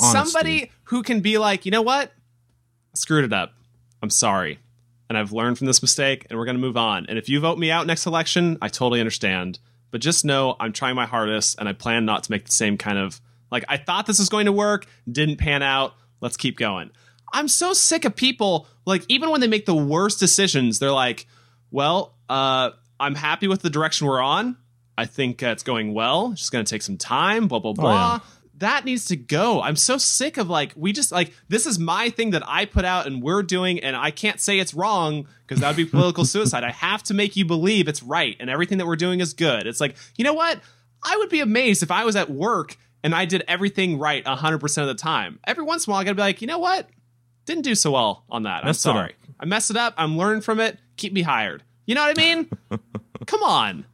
[SPEAKER 2] Honesty.
[SPEAKER 1] Somebody who can be like, you know what? I screwed it up. I'm sorry. And I've learned from this mistake and we're going to move on. And if you vote me out next election, I totally understand. But just know I'm trying my hardest and I plan not to make the same kind of like I thought this was going to work, didn't pan out. Let's keep going. I'm so sick of people like even when they make the worst decisions, they're like, "Well, uh I'm happy with the direction we're on. I think uh, it's going well. It's just going to take some time, blah blah blah."
[SPEAKER 2] yeah.
[SPEAKER 1] that needs to go. I'm so sick of like we just like this is my thing that I put out and we're doing and I can't say it's wrong because that would be political suicide. I have to make you believe it's right and everything that we're doing is good. It's like, you know what? I would be amazed if I was at work and I did everything right 100% of the time. Every once in a while I got to be like, "You know what? Didn't do so well on that. I'm
[SPEAKER 2] Messed it up.
[SPEAKER 1] sorry. I messed it up. I'm learning from it. Keep me hired." You know what I mean? Come on.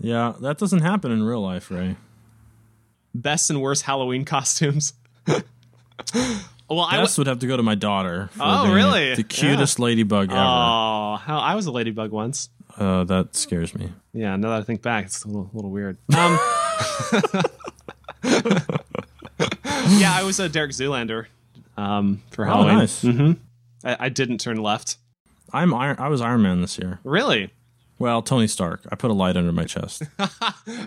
[SPEAKER 2] Yeah, that doesn't happen in real life, Ray.
[SPEAKER 1] Best and worst Halloween costumes. well, I w-
[SPEAKER 2] Best would have to go to my daughter. for
[SPEAKER 1] Oh,
[SPEAKER 2] being
[SPEAKER 1] really?
[SPEAKER 2] The cutest ladybug ever.
[SPEAKER 1] Oh, how I was a ladybug once.
[SPEAKER 2] Uh, that scares me.
[SPEAKER 1] Yeah, now that I think back, it's a little, little weird. Um, yeah, I was a Derek Zoolander um, for
[SPEAKER 2] Oh,
[SPEAKER 1] Halloween.
[SPEAKER 2] nice.
[SPEAKER 1] I, I didn't turn left.
[SPEAKER 2] I'm Iron. I was Iron Man this year.
[SPEAKER 1] Really?
[SPEAKER 2] Well, Tony Stark. I put a light under my chest.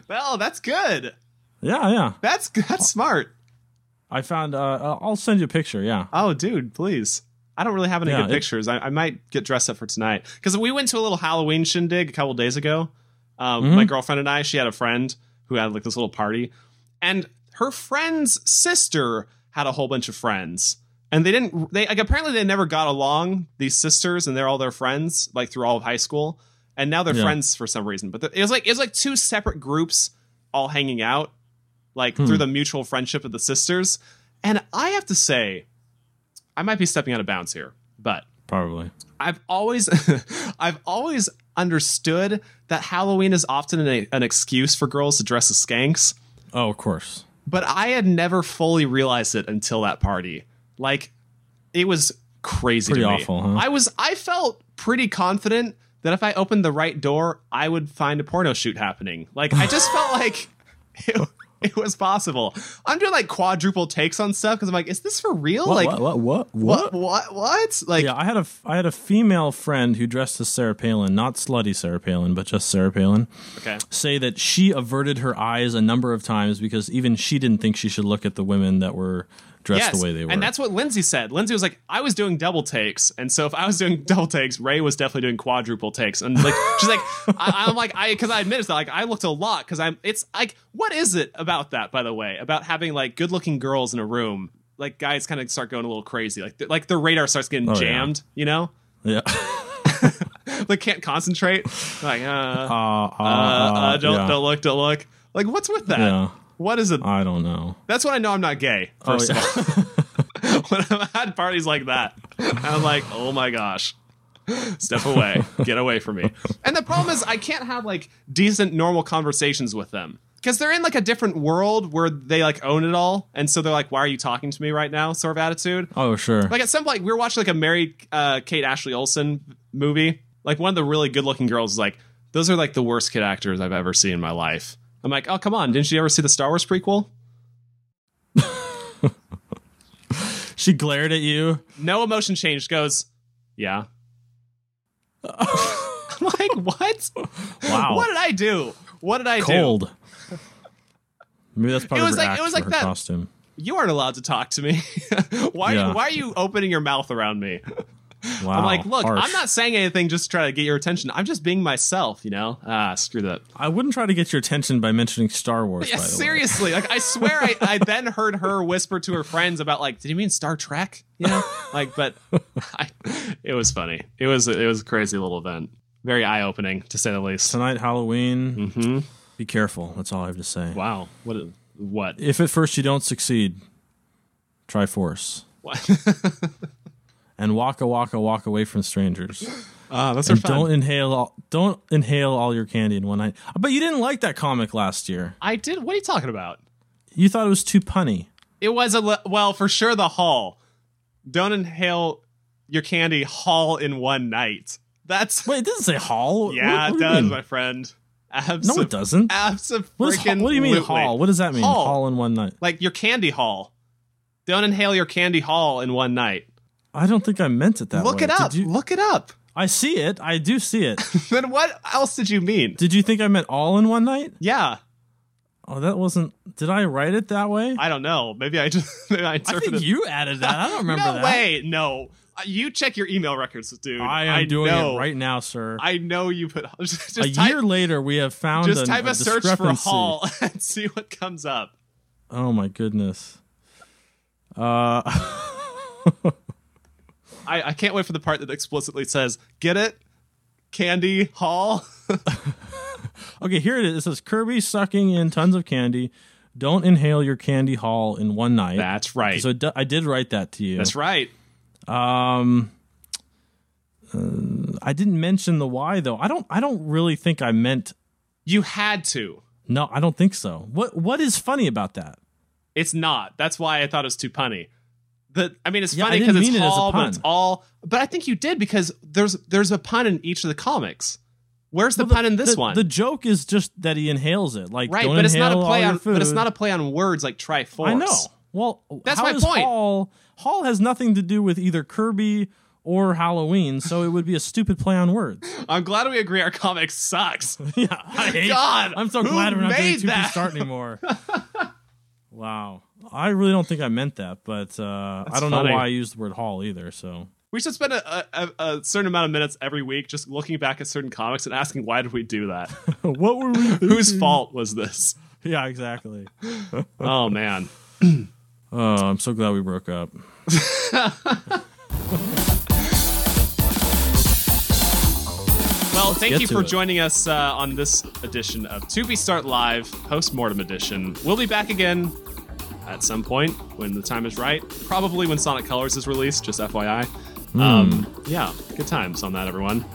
[SPEAKER 1] Well, that's good.
[SPEAKER 2] yeah, yeah.
[SPEAKER 1] That's that's smart.
[SPEAKER 2] I found. Uh, I'll- I'll send you a picture. Yeah.
[SPEAKER 1] Oh, dude, please. I don't really have any
[SPEAKER 2] Yeah,
[SPEAKER 1] good
[SPEAKER 2] it-
[SPEAKER 1] pictures. I, I might get dressed up for tonight because we went to a little Halloween shindig a couple days ago. Um,
[SPEAKER 2] Mm-hmm.
[SPEAKER 1] My girlfriend and I. She had a friend who had like this little party, and her friend's sister had a whole bunch of friends, and they didn't. They like apparently they never got along. These sisters and they're all their friends like through all of high school, and now they're
[SPEAKER 2] Yeah.
[SPEAKER 1] friends for some reason. But the, it was like it was like two separate groups all hanging out like
[SPEAKER 2] Hmm.
[SPEAKER 1] through the mutual friendship of the sisters. And I have to say, I might be stepping out of bounds here, but
[SPEAKER 2] Probably.
[SPEAKER 1] I've always I've always understood that Halloween is often an, an excuse for girls to dress as skanks,
[SPEAKER 2] Oh, of course.
[SPEAKER 1] but I had never fully realized it until that party. Like it was crazy
[SPEAKER 2] Pretty
[SPEAKER 1] to me.
[SPEAKER 2] awful, huh?
[SPEAKER 1] I was I felt pretty confident that if I opened the right door, I would find a porno shoot happening. Like I just felt like it, it was possible. I'm doing like quadruple takes on stuff because I'm like, is this for real?
[SPEAKER 2] What,
[SPEAKER 1] like,
[SPEAKER 2] what, what, what,
[SPEAKER 1] what,
[SPEAKER 2] what?
[SPEAKER 1] what, what? Like,
[SPEAKER 2] Yeah, I had a f- I had a female friend who dressed as Sarah Palin, not slutty Sarah Palin, but just Sarah Palin,
[SPEAKER 1] okay,
[SPEAKER 2] say that she averted her eyes a number of times because even she didn't think she should look at the women that were dressed
[SPEAKER 1] yes,
[SPEAKER 2] the way they were.
[SPEAKER 1] and that's what Lindsay said. Lindsay was like, I was doing double takes, and so if I was doing double takes, Ray was definitely doing quadruple takes, and like, she's like, I, I'm like, I because I admit it's not, like I looked a lot because I'm. It's like, what is it about that? By the way, about having like good looking girls in a room, like guys kind of start going a little crazy, like th- like the radar starts getting
[SPEAKER 2] Oh, yeah.
[SPEAKER 1] jammed, you know.
[SPEAKER 2] yeah.
[SPEAKER 1] like can't concentrate. Like, uh, uh,
[SPEAKER 2] uh,
[SPEAKER 1] uh,
[SPEAKER 2] uh,
[SPEAKER 1] don't
[SPEAKER 2] yeah.
[SPEAKER 1] don't look, don't look. Like, what's with that?
[SPEAKER 2] Yeah. Uh,
[SPEAKER 1] What is it?
[SPEAKER 2] I don't know.
[SPEAKER 1] That's when I know I'm not gay. First
[SPEAKER 2] yeah.
[SPEAKER 1] of all, when I've had parties like that, I'm like, oh my gosh, step away, get away from me. And the problem is, I can't have like decent, normal conversations with them because they're in like a different world where they like own it all, and so they're like, why are you talking to me right now? Sort of attitude
[SPEAKER 2] Oh sure.
[SPEAKER 1] like at some point we were watching like a Mary uh, Kate Ashley Olsen movie. Like one of the really good looking girls is like, those are like the worst kid actors I've ever seen in my life. I'm like, oh come on, didn't you ever see the Star Wars prequel?
[SPEAKER 2] she glared at you.
[SPEAKER 1] No emotion change goes, yeah. I'm like, what?
[SPEAKER 2] Wow.
[SPEAKER 1] What did I do? What did I
[SPEAKER 2] Cold. Maybe that's part
[SPEAKER 1] It
[SPEAKER 2] of
[SPEAKER 1] was
[SPEAKER 2] her
[SPEAKER 1] like-
[SPEAKER 2] act
[SPEAKER 1] it was
[SPEAKER 2] for
[SPEAKER 1] like
[SPEAKER 2] her
[SPEAKER 1] that-
[SPEAKER 2] costume.
[SPEAKER 1] do? You aren't allowed to talk to me. why? Are
[SPEAKER 2] Yeah.
[SPEAKER 1] you, why are you opening your mouth around me?
[SPEAKER 2] Wow.
[SPEAKER 1] I'm like, look,
[SPEAKER 2] harsh.
[SPEAKER 1] I'm not saying anything just to try to get your attention. I'm just being myself, you know. Ah, screw that.
[SPEAKER 2] I wouldn't try to get your attention by mentioning Star Wars.
[SPEAKER 1] Yeah,
[SPEAKER 2] by the way.
[SPEAKER 1] seriously. Like I swear, I, I then heard her whisper to her friends about like, did you mean Star Trek? You know, like, but I, it was funny. It was it was a crazy little event, very eye opening to say the least.
[SPEAKER 2] Tonight, Halloween.
[SPEAKER 1] Mm-hmm.
[SPEAKER 2] Be careful. That's all I have to say.
[SPEAKER 1] Wow. What? a- What?
[SPEAKER 2] If at first you don't succeed, try force
[SPEAKER 1] What?
[SPEAKER 2] and walk a walk a walk away from strangers.
[SPEAKER 1] Ah, those
[SPEAKER 2] And don't inhale all don't inhale all your candy in one night. But you didn't like that comic last year.
[SPEAKER 1] I did. What are you talking about?
[SPEAKER 2] You thought it was too punny.
[SPEAKER 1] It was a le- well for sure the haul. Don't inhale your candy haul in one night. That's
[SPEAKER 2] Wait, it doesn't say hall.
[SPEAKER 1] yeah,
[SPEAKER 2] What- what
[SPEAKER 1] it
[SPEAKER 2] do you
[SPEAKER 1] does,
[SPEAKER 2] mean?
[SPEAKER 1] my friend.
[SPEAKER 2] No,
[SPEAKER 1] Absolutely.
[SPEAKER 2] it doesn't.
[SPEAKER 1] Absolutely.
[SPEAKER 2] What, is, hall- what do you mean hall? What does that mean?
[SPEAKER 1] Haul.
[SPEAKER 2] Hall, in one night.
[SPEAKER 1] like your candy haul. Don't inhale your candy haul in one night.
[SPEAKER 2] I don't think I meant it that
[SPEAKER 1] Look
[SPEAKER 2] way.
[SPEAKER 1] it up.
[SPEAKER 2] Did you-
[SPEAKER 1] Look it up.
[SPEAKER 2] I see it. I do see it.
[SPEAKER 1] then what else did you mean?
[SPEAKER 2] Did you think I meant all in one night?
[SPEAKER 1] Yeah,
[SPEAKER 2] Oh, that wasn't. Did I write it that way?
[SPEAKER 1] I don't know. Maybe I just maybe I
[SPEAKER 2] I
[SPEAKER 1] interpreted.
[SPEAKER 2] think you added that. I don't remember
[SPEAKER 1] no
[SPEAKER 2] that.
[SPEAKER 1] way. No, Uh, you check your email records, dude.
[SPEAKER 2] I am doing
[SPEAKER 1] know.
[SPEAKER 2] it right now, sir.
[SPEAKER 1] I know you put just
[SPEAKER 2] a
[SPEAKER 1] type,
[SPEAKER 2] year later, we have found
[SPEAKER 1] Just
[SPEAKER 2] an-
[SPEAKER 1] type a, search for
[SPEAKER 2] discrepancy.
[SPEAKER 1] haul and see what comes up.
[SPEAKER 2] Oh my goodness. Uh,
[SPEAKER 1] I, I can't wait for the part that explicitly says, "Get it, candy haul."
[SPEAKER 2] okay, here it is. It says Kirby sucking in tons of candy. Don't inhale your candy haul in one night.
[SPEAKER 1] That's right.
[SPEAKER 2] so it do- I did write that to you.
[SPEAKER 1] That's right.
[SPEAKER 2] Um, uh, I didn't mention the why though. I don't. I don't really think I meant.
[SPEAKER 1] You had to.
[SPEAKER 2] No, I don't think so. What What is funny about that?
[SPEAKER 1] It's not. That's why I thought it was too punny. The I mean, it's
[SPEAKER 2] Yeah, I
[SPEAKER 1] funny
[SPEAKER 2] didn't
[SPEAKER 1] because it's
[SPEAKER 2] mean it as a
[SPEAKER 1] all, but
[SPEAKER 2] pun.
[SPEAKER 1] it's all. But I think you did because there's there's a pun in each of the comics. Where's the, pun in this
[SPEAKER 2] the,
[SPEAKER 1] one?
[SPEAKER 2] The joke is just that he inhales it. Like
[SPEAKER 1] right,
[SPEAKER 2] don't
[SPEAKER 1] but it's not a
[SPEAKER 2] inhale all
[SPEAKER 1] play
[SPEAKER 2] your
[SPEAKER 1] on. But it's
[SPEAKER 2] food.
[SPEAKER 1] not a play on words like Triforce.
[SPEAKER 2] I know. Well,
[SPEAKER 1] That's
[SPEAKER 2] how
[SPEAKER 1] my
[SPEAKER 2] is
[SPEAKER 1] point.
[SPEAKER 2] Hall Hall has nothing to do with either Kirby or Halloween, so it would be a stupid play on words.
[SPEAKER 1] I'm glad we agree. Our comic sucks.
[SPEAKER 2] yeah, I hate.
[SPEAKER 1] God,
[SPEAKER 2] I'm so
[SPEAKER 1] who
[SPEAKER 2] glad we're not doing
[SPEAKER 1] made
[SPEAKER 2] two
[SPEAKER 1] that?
[SPEAKER 2] start anymore. wow, I really don't think I meant that, but uh, I don't
[SPEAKER 1] funny.
[SPEAKER 2] know why I used the word Hall either. So
[SPEAKER 1] We should spend a, a, a a certain amount of minutes every week just looking back at certain comics and asking why did we do that?
[SPEAKER 2] what were we? Thinking?
[SPEAKER 1] Whose fault was this?
[SPEAKER 2] yeah, exactly.
[SPEAKER 1] Oh man.
[SPEAKER 2] Oh, I'm so glad we broke up.
[SPEAKER 1] Well, thank
[SPEAKER 2] get
[SPEAKER 1] you
[SPEAKER 2] to
[SPEAKER 1] for
[SPEAKER 2] it.
[SPEAKER 1] joining us uh, on this edition of To Be Start Live Postmortem Edition. We'll be back again at some point when the time is right. Probably when Sonic Colors is released, just FYI. Um, yeah, good times on that, everyone.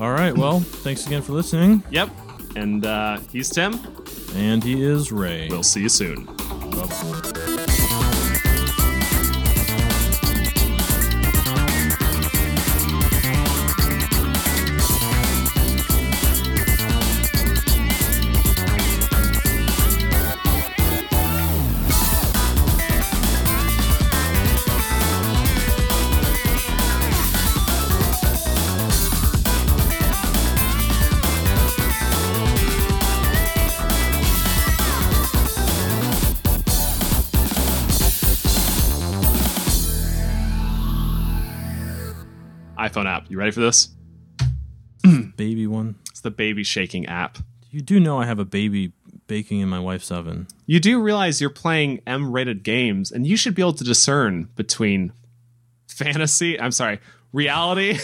[SPEAKER 2] All right. Well, thanks again for listening.
[SPEAKER 1] Yep. And uh, he's Tim.
[SPEAKER 2] And he is Ray.
[SPEAKER 1] We'll see you soon.
[SPEAKER 2] Bye-bye.
[SPEAKER 1] iPhone app. You ready for this?
[SPEAKER 2] baby one.
[SPEAKER 1] It's the baby shaking app.
[SPEAKER 2] You do know I have a baby baking in my wife's oven.
[SPEAKER 1] You do realize you're playing M rated games and you should be able to discern between fantasy, I'm sorry, reality.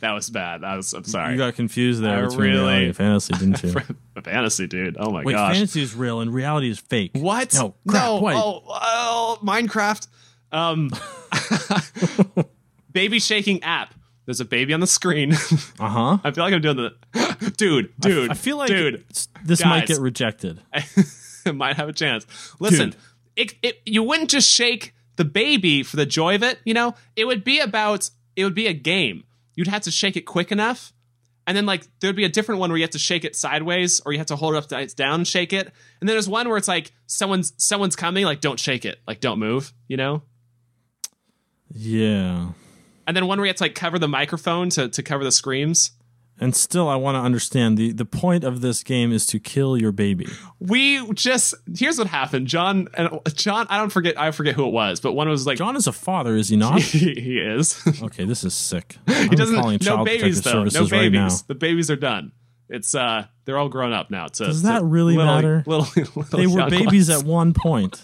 [SPEAKER 1] that was bad. I was, I'm sorry.
[SPEAKER 2] You got confused there.
[SPEAKER 1] I
[SPEAKER 2] between
[SPEAKER 1] really-
[SPEAKER 2] reality and fantasy, didn't you?
[SPEAKER 1] fantasy, dude. Oh my
[SPEAKER 2] Wait,
[SPEAKER 1] gosh.
[SPEAKER 2] fantasy is real and reality is fake.
[SPEAKER 1] What?
[SPEAKER 2] No, crap,
[SPEAKER 1] no.
[SPEAKER 2] wait.
[SPEAKER 1] Oh, oh, Minecraft. Um, baby shaking app. There's a baby on the screen.
[SPEAKER 2] Uh huh.
[SPEAKER 1] I feel like I'm doing the dude, dude.
[SPEAKER 2] I feel like
[SPEAKER 1] dude.
[SPEAKER 2] it's- this might
[SPEAKER 1] guys.
[SPEAKER 2] get rejected.
[SPEAKER 1] it might have a chance. Listen,
[SPEAKER 2] Dude.
[SPEAKER 1] it, it, you wouldn't just shake the baby for the joy of it. You know, it would be about it would be a game. You'd have to shake it quick enough, and then like there'd be a different one where you have to shake it sideways, or you have to hold it upside down, and shake it, and then there's one where it's like someone's someone's coming, like don't shake it, like don't move, you know.
[SPEAKER 2] Yeah.
[SPEAKER 1] And then one where you have to like cover the microphone to to cover the screams.
[SPEAKER 2] And still, I want to understand the the point of this game is to kill your baby.
[SPEAKER 1] We just here's what happened, John and John. I don't forget. I forget who it was, but one was like
[SPEAKER 2] John is a father, is he not?
[SPEAKER 1] he, he is.
[SPEAKER 2] Okay, this is sick. I'm
[SPEAKER 1] he doesn't
[SPEAKER 2] calling
[SPEAKER 1] no
[SPEAKER 2] child
[SPEAKER 1] babies
[SPEAKER 2] protective
[SPEAKER 1] though no
[SPEAKER 2] services
[SPEAKER 1] babies
[SPEAKER 2] right now.
[SPEAKER 1] the babies are done it's uh they're all grown up now so
[SPEAKER 2] Does that really
[SPEAKER 1] little,
[SPEAKER 2] matter?
[SPEAKER 1] little, little
[SPEAKER 2] They were
[SPEAKER 1] young
[SPEAKER 2] babies
[SPEAKER 1] ones.
[SPEAKER 2] at one point.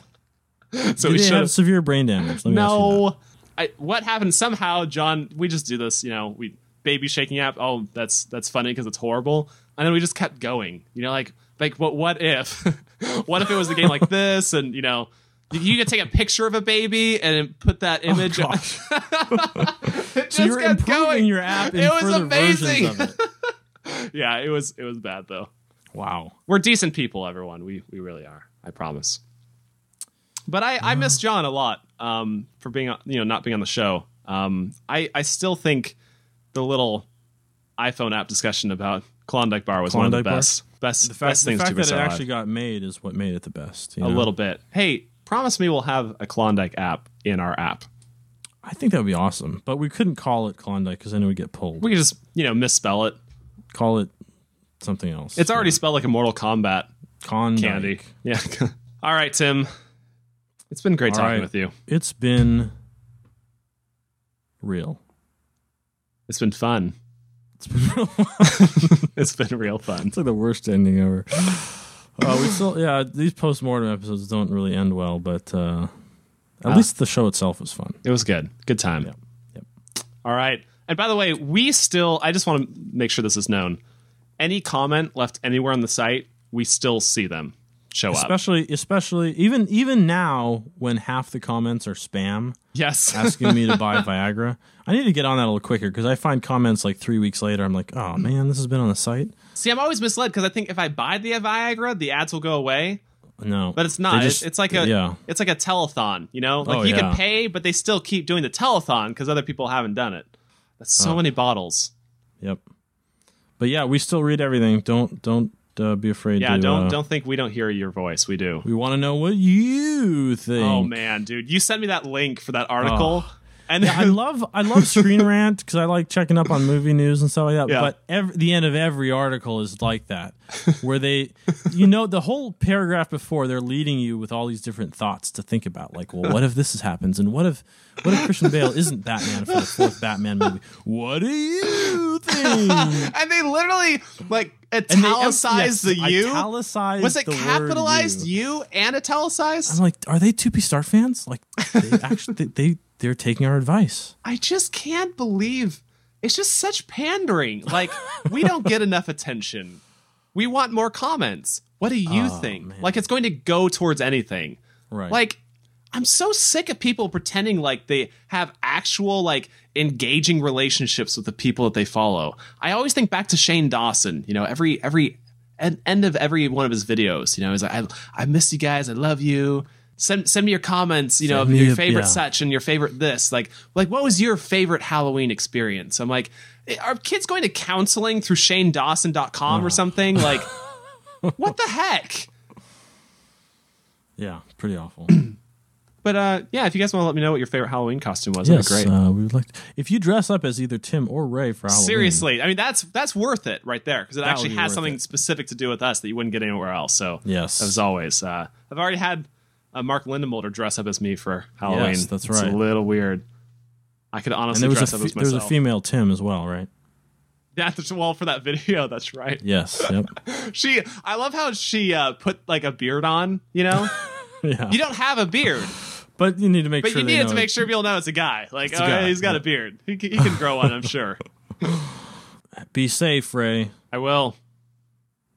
[SPEAKER 1] so
[SPEAKER 2] Do
[SPEAKER 1] we
[SPEAKER 2] they
[SPEAKER 1] should
[SPEAKER 2] have severe brain damage? Let me ask you
[SPEAKER 1] no
[SPEAKER 2] that.
[SPEAKER 1] I, what happened somehow john we just do this you know we baby shaking app oh that's that's funny because it's horrible and then we just kept going you know like like what what if what if it was a game like this and you know you- you could take a picture of a baby and put that image on.
[SPEAKER 2] Oh, gosh.
[SPEAKER 1] It
[SPEAKER 2] So
[SPEAKER 1] just
[SPEAKER 2] you're
[SPEAKER 1] kept
[SPEAKER 2] improving
[SPEAKER 1] going.
[SPEAKER 2] your app in
[SPEAKER 1] It was
[SPEAKER 2] further
[SPEAKER 1] amazing.
[SPEAKER 2] versions of it.
[SPEAKER 1] Yeah, it was it was bad though.
[SPEAKER 2] Wow.
[SPEAKER 1] we're decent people, everyone. We we really are. I promise. But I, I miss John a lot um, for being on- you know not being on the show. Um, I I still think the little iPhone app discussion about Klondike Bar was one of
[SPEAKER 2] Klondike
[SPEAKER 1] the
[SPEAKER 2] Bar?
[SPEAKER 1] best best
[SPEAKER 2] The fact,
[SPEAKER 1] best
[SPEAKER 2] the
[SPEAKER 1] things
[SPEAKER 2] fact
[SPEAKER 1] to
[SPEAKER 2] that it
[SPEAKER 1] be
[SPEAKER 2] actually got made is what made it the best. you
[SPEAKER 1] a
[SPEAKER 2] know?
[SPEAKER 1] little bit. Hey, promise me we'll have a Klondike app in our app.
[SPEAKER 2] I think that would be awesome, but we couldn't call it Klondike because then it would get pulled.
[SPEAKER 1] We could just you know misspell it.
[SPEAKER 2] call it something else.
[SPEAKER 1] It's already spelled like a Mortal Kombat
[SPEAKER 2] Klondike.
[SPEAKER 1] candy. Yeah. All right, Tim. It's been great
[SPEAKER 2] All
[SPEAKER 1] talking
[SPEAKER 2] right.
[SPEAKER 1] with you.
[SPEAKER 2] It's been real.
[SPEAKER 1] It's been fun.
[SPEAKER 2] It's been real.
[SPEAKER 1] It's been real fun.
[SPEAKER 2] It's like the worst ending ever. Uh, we still, yeah, these post-mortem episodes don't really end well, but uh, at
[SPEAKER 1] Ah.
[SPEAKER 2] least the show itself was fun.
[SPEAKER 1] It was good. Good time.
[SPEAKER 2] Yep. Yep.
[SPEAKER 1] All right. And by the way, we still, I just want to make sure this is known. Any comment left anywhere on the site, we still see them show up.
[SPEAKER 2] Especially, especially even even now when half the comments are spam
[SPEAKER 1] Yes.
[SPEAKER 2] asking me to buy Viagra. I need to get on that a little quicker because I find comments like three weeks later. I'm like, oh man, this has been on the site.
[SPEAKER 1] see, I'm always misled because I think if I buy the Viagra, the ads will go away,
[SPEAKER 2] No,
[SPEAKER 1] but it's not.
[SPEAKER 2] They
[SPEAKER 1] It's
[SPEAKER 2] just-
[SPEAKER 1] it's like a
[SPEAKER 2] yeah.
[SPEAKER 1] it's like a telethon, you know? Like
[SPEAKER 2] Oh,
[SPEAKER 1] you
[SPEAKER 2] yeah.
[SPEAKER 1] can pay, but they still keep doing the telethon because other people haven't done it. That's so many bottles.
[SPEAKER 2] Yep. But yeah, we still read everything. Don't don't uh, be afraid.
[SPEAKER 1] Yeah,
[SPEAKER 2] to,
[SPEAKER 1] don't
[SPEAKER 2] uh,
[SPEAKER 1] don't think we don't hear your voice. We do.
[SPEAKER 2] We want to know what you think.
[SPEAKER 1] Oh man, dude, you sent me that link for that article, and
[SPEAKER 2] I love I love Screen Rant because I like checking up on movie news and stuff like that.
[SPEAKER 1] Yeah.
[SPEAKER 2] But every, the end of every article is like that, where they, you know, the whole paragraph before they're leading you with all these different thoughts to think about. Like, well, what if this happens, and what if what if Christian Bale isn't Batman for the fourth Batman movie? What do you think?
[SPEAKER 1] and they literally like
[SPEAKER 2] And they em-
[SPEAKER 1] italicized
[SPEAKER 2] yes,
[SPEAKER 1] the U.
[SPEAKER 2] Italicized
[SPEAKER 1] was it
[SPEAKER 2] the word
[SPEAKER 1] capitalized
[SPEAKER 2] you.
[SPEAKER 1] U and
[SPEAKER 2] I'm
[SPEAKER 1] italicized?
[SPEAKER 2] like, are they two P Star fans? Like, they actually they, they they're taking our advice.
[SPEAKER 1] I just can't believe it's just such pandering. Like we don't get enough attention. We want more comments. What do you think? Like it's going to go towards anything.
[SPEAKER 2] Oh, Right.
[SPEAKER 1] Like I'm so sick of people pretending like they have actual like engaging relationships with the people that they follow. I always think back to Shane Dawson, you know, every every en- end of every one of his videos, you know, he's like I I miss you guys, I love you. Send send me your comments, you know, of
[SPEAKER 2] Send me
[SPEAKER 1] your
[SPEAKER 2] your-
[SPEAKER 1] favorite
[SPEAKER 2] yeah.
[SPEAKER 1] such and your favorite this. Like like what was your favorite Halloween experience? I'm like "Eh, are kids going to counseling through shanedawson.com or something? Like what the heck?
[SPEAKER 2] yeah, pretty awful.
[SPEAKER 1] But uh, yeah, if you guys want to let me know what your favorite Halloween costume was,
[SPEAKER 2] yes,
[SPEAKER 1] that'd be great.
[SPEAKER 2] uh, we would like. if you dress up as either Tim or Ray for Halloween,
[SPEAKER 1] Seriously, I mean that's that's worth it right there because it
[SPEAKER 2] would
[SPEAKER 1] actually
[SPEAKER 2] be
[SPEAKER 1] has
[SPEAKER 2] worth
[SPEAKER 1] something
[SPEAKER 2] it.
[SPEAKER 1] specific to do with us that you wouldn't get anywhere else. So
[SPEAKER 2] Yes.
[SPEAKER 1] as always, uh, I've already had uh, Mark Lindemulder dress up as me for Halloween.
[SPEAKER 2] Yes, that's
[SPEAKER 1] It's
[SPEAKER 2] right.
[SPEAKER 1] a little weird. I could
[SPEAKER 2] And
[SPEAKER 1] honestly
[SPEAKER 2] there was a
[SPEAKER 1] dress up
[SPEAKER 2] fe-
[SPEAKER 1] as
[SPEAKER 2] there was a
[SPEAKER 1] myself.
[SPEAKER 2] female Tim as well, right?
[SPEAKER 1] That's the wall for that video. That's right.
[SPEAKER 2] Yes. Yep.
[SPEAKER 1] She, I love how she uh, put like a beard on. You know,
[SPEAKER 2] yeah.
[SPEAKER 1] you don't have a beard,
[SPEAKER 2] but you need to make
[SPEAKER 1] but
[SPEAKER 2] sure.
[SPEAKER 1] you
[SPEAKER 2] they
[SPEAKER 1] needed
[SPEAKER 2] know
[SPEAKER 1] to make sure people know it's a guy. Like,
[SPEAKER 2] It's a
[SPEAKER 1] oh,
[SPEAKER 2] guy,
[SPEAKER 1] he's got
[SPEAKER 2] yeah.
[SPEAKER 1] a beard. He, can- he can grow one. I'm sure.
[SPEAKER 2] Be safe, Ray.
[SPEAKER 1] I will.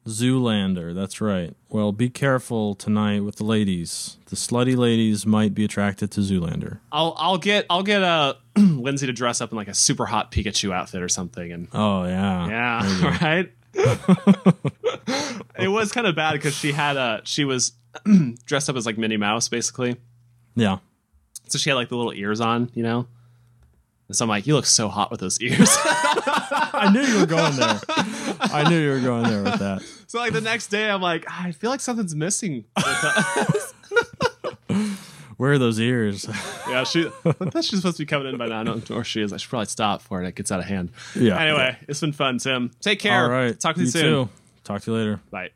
[SPEAKER 2] Zoolander. That's right. Well, be careful tonight with the ladies. The slutty ladies might be attracted to Zoolander.
[SPEAKER 1] I'll I'll get I'll get uh, Lindsay to dress up in like a super hot Pikachu outfit or something and
[SPEAKER 2] Oh yeah.
[SPEAKER 1] yeah right. it was kind of bad because she had a she was dressed up as like Minnie Mouse basically,
[SPEAKER 2] Yeah.
[SPEAKER 1] so she had like the little ears on, you know. And so I'm like, you look so hot with those ears.
[SPEAKER 2] I knew you were going there. I knew you were going there with that.
[SPEAKER 1] so like the next day, I'm like, I feel like something's missing.
[SPEAKER 2] Where are those ears?
[SPEAKER 1] yeah, she. I thought she's supposed to be coming in by now, I don't know where she is. I should probably stop before it gets out of hand.
[SPEAKER 2] Yeah.
[SPEAKER 1] Anyway, it's been fun, Tim. Take care.
[SPEAKER 2] All right.
[SPEAKER 1] Talk to you, soon.
[SPEAKER 2] Too. Talk to you later.
[SPEAKER 1] Bye.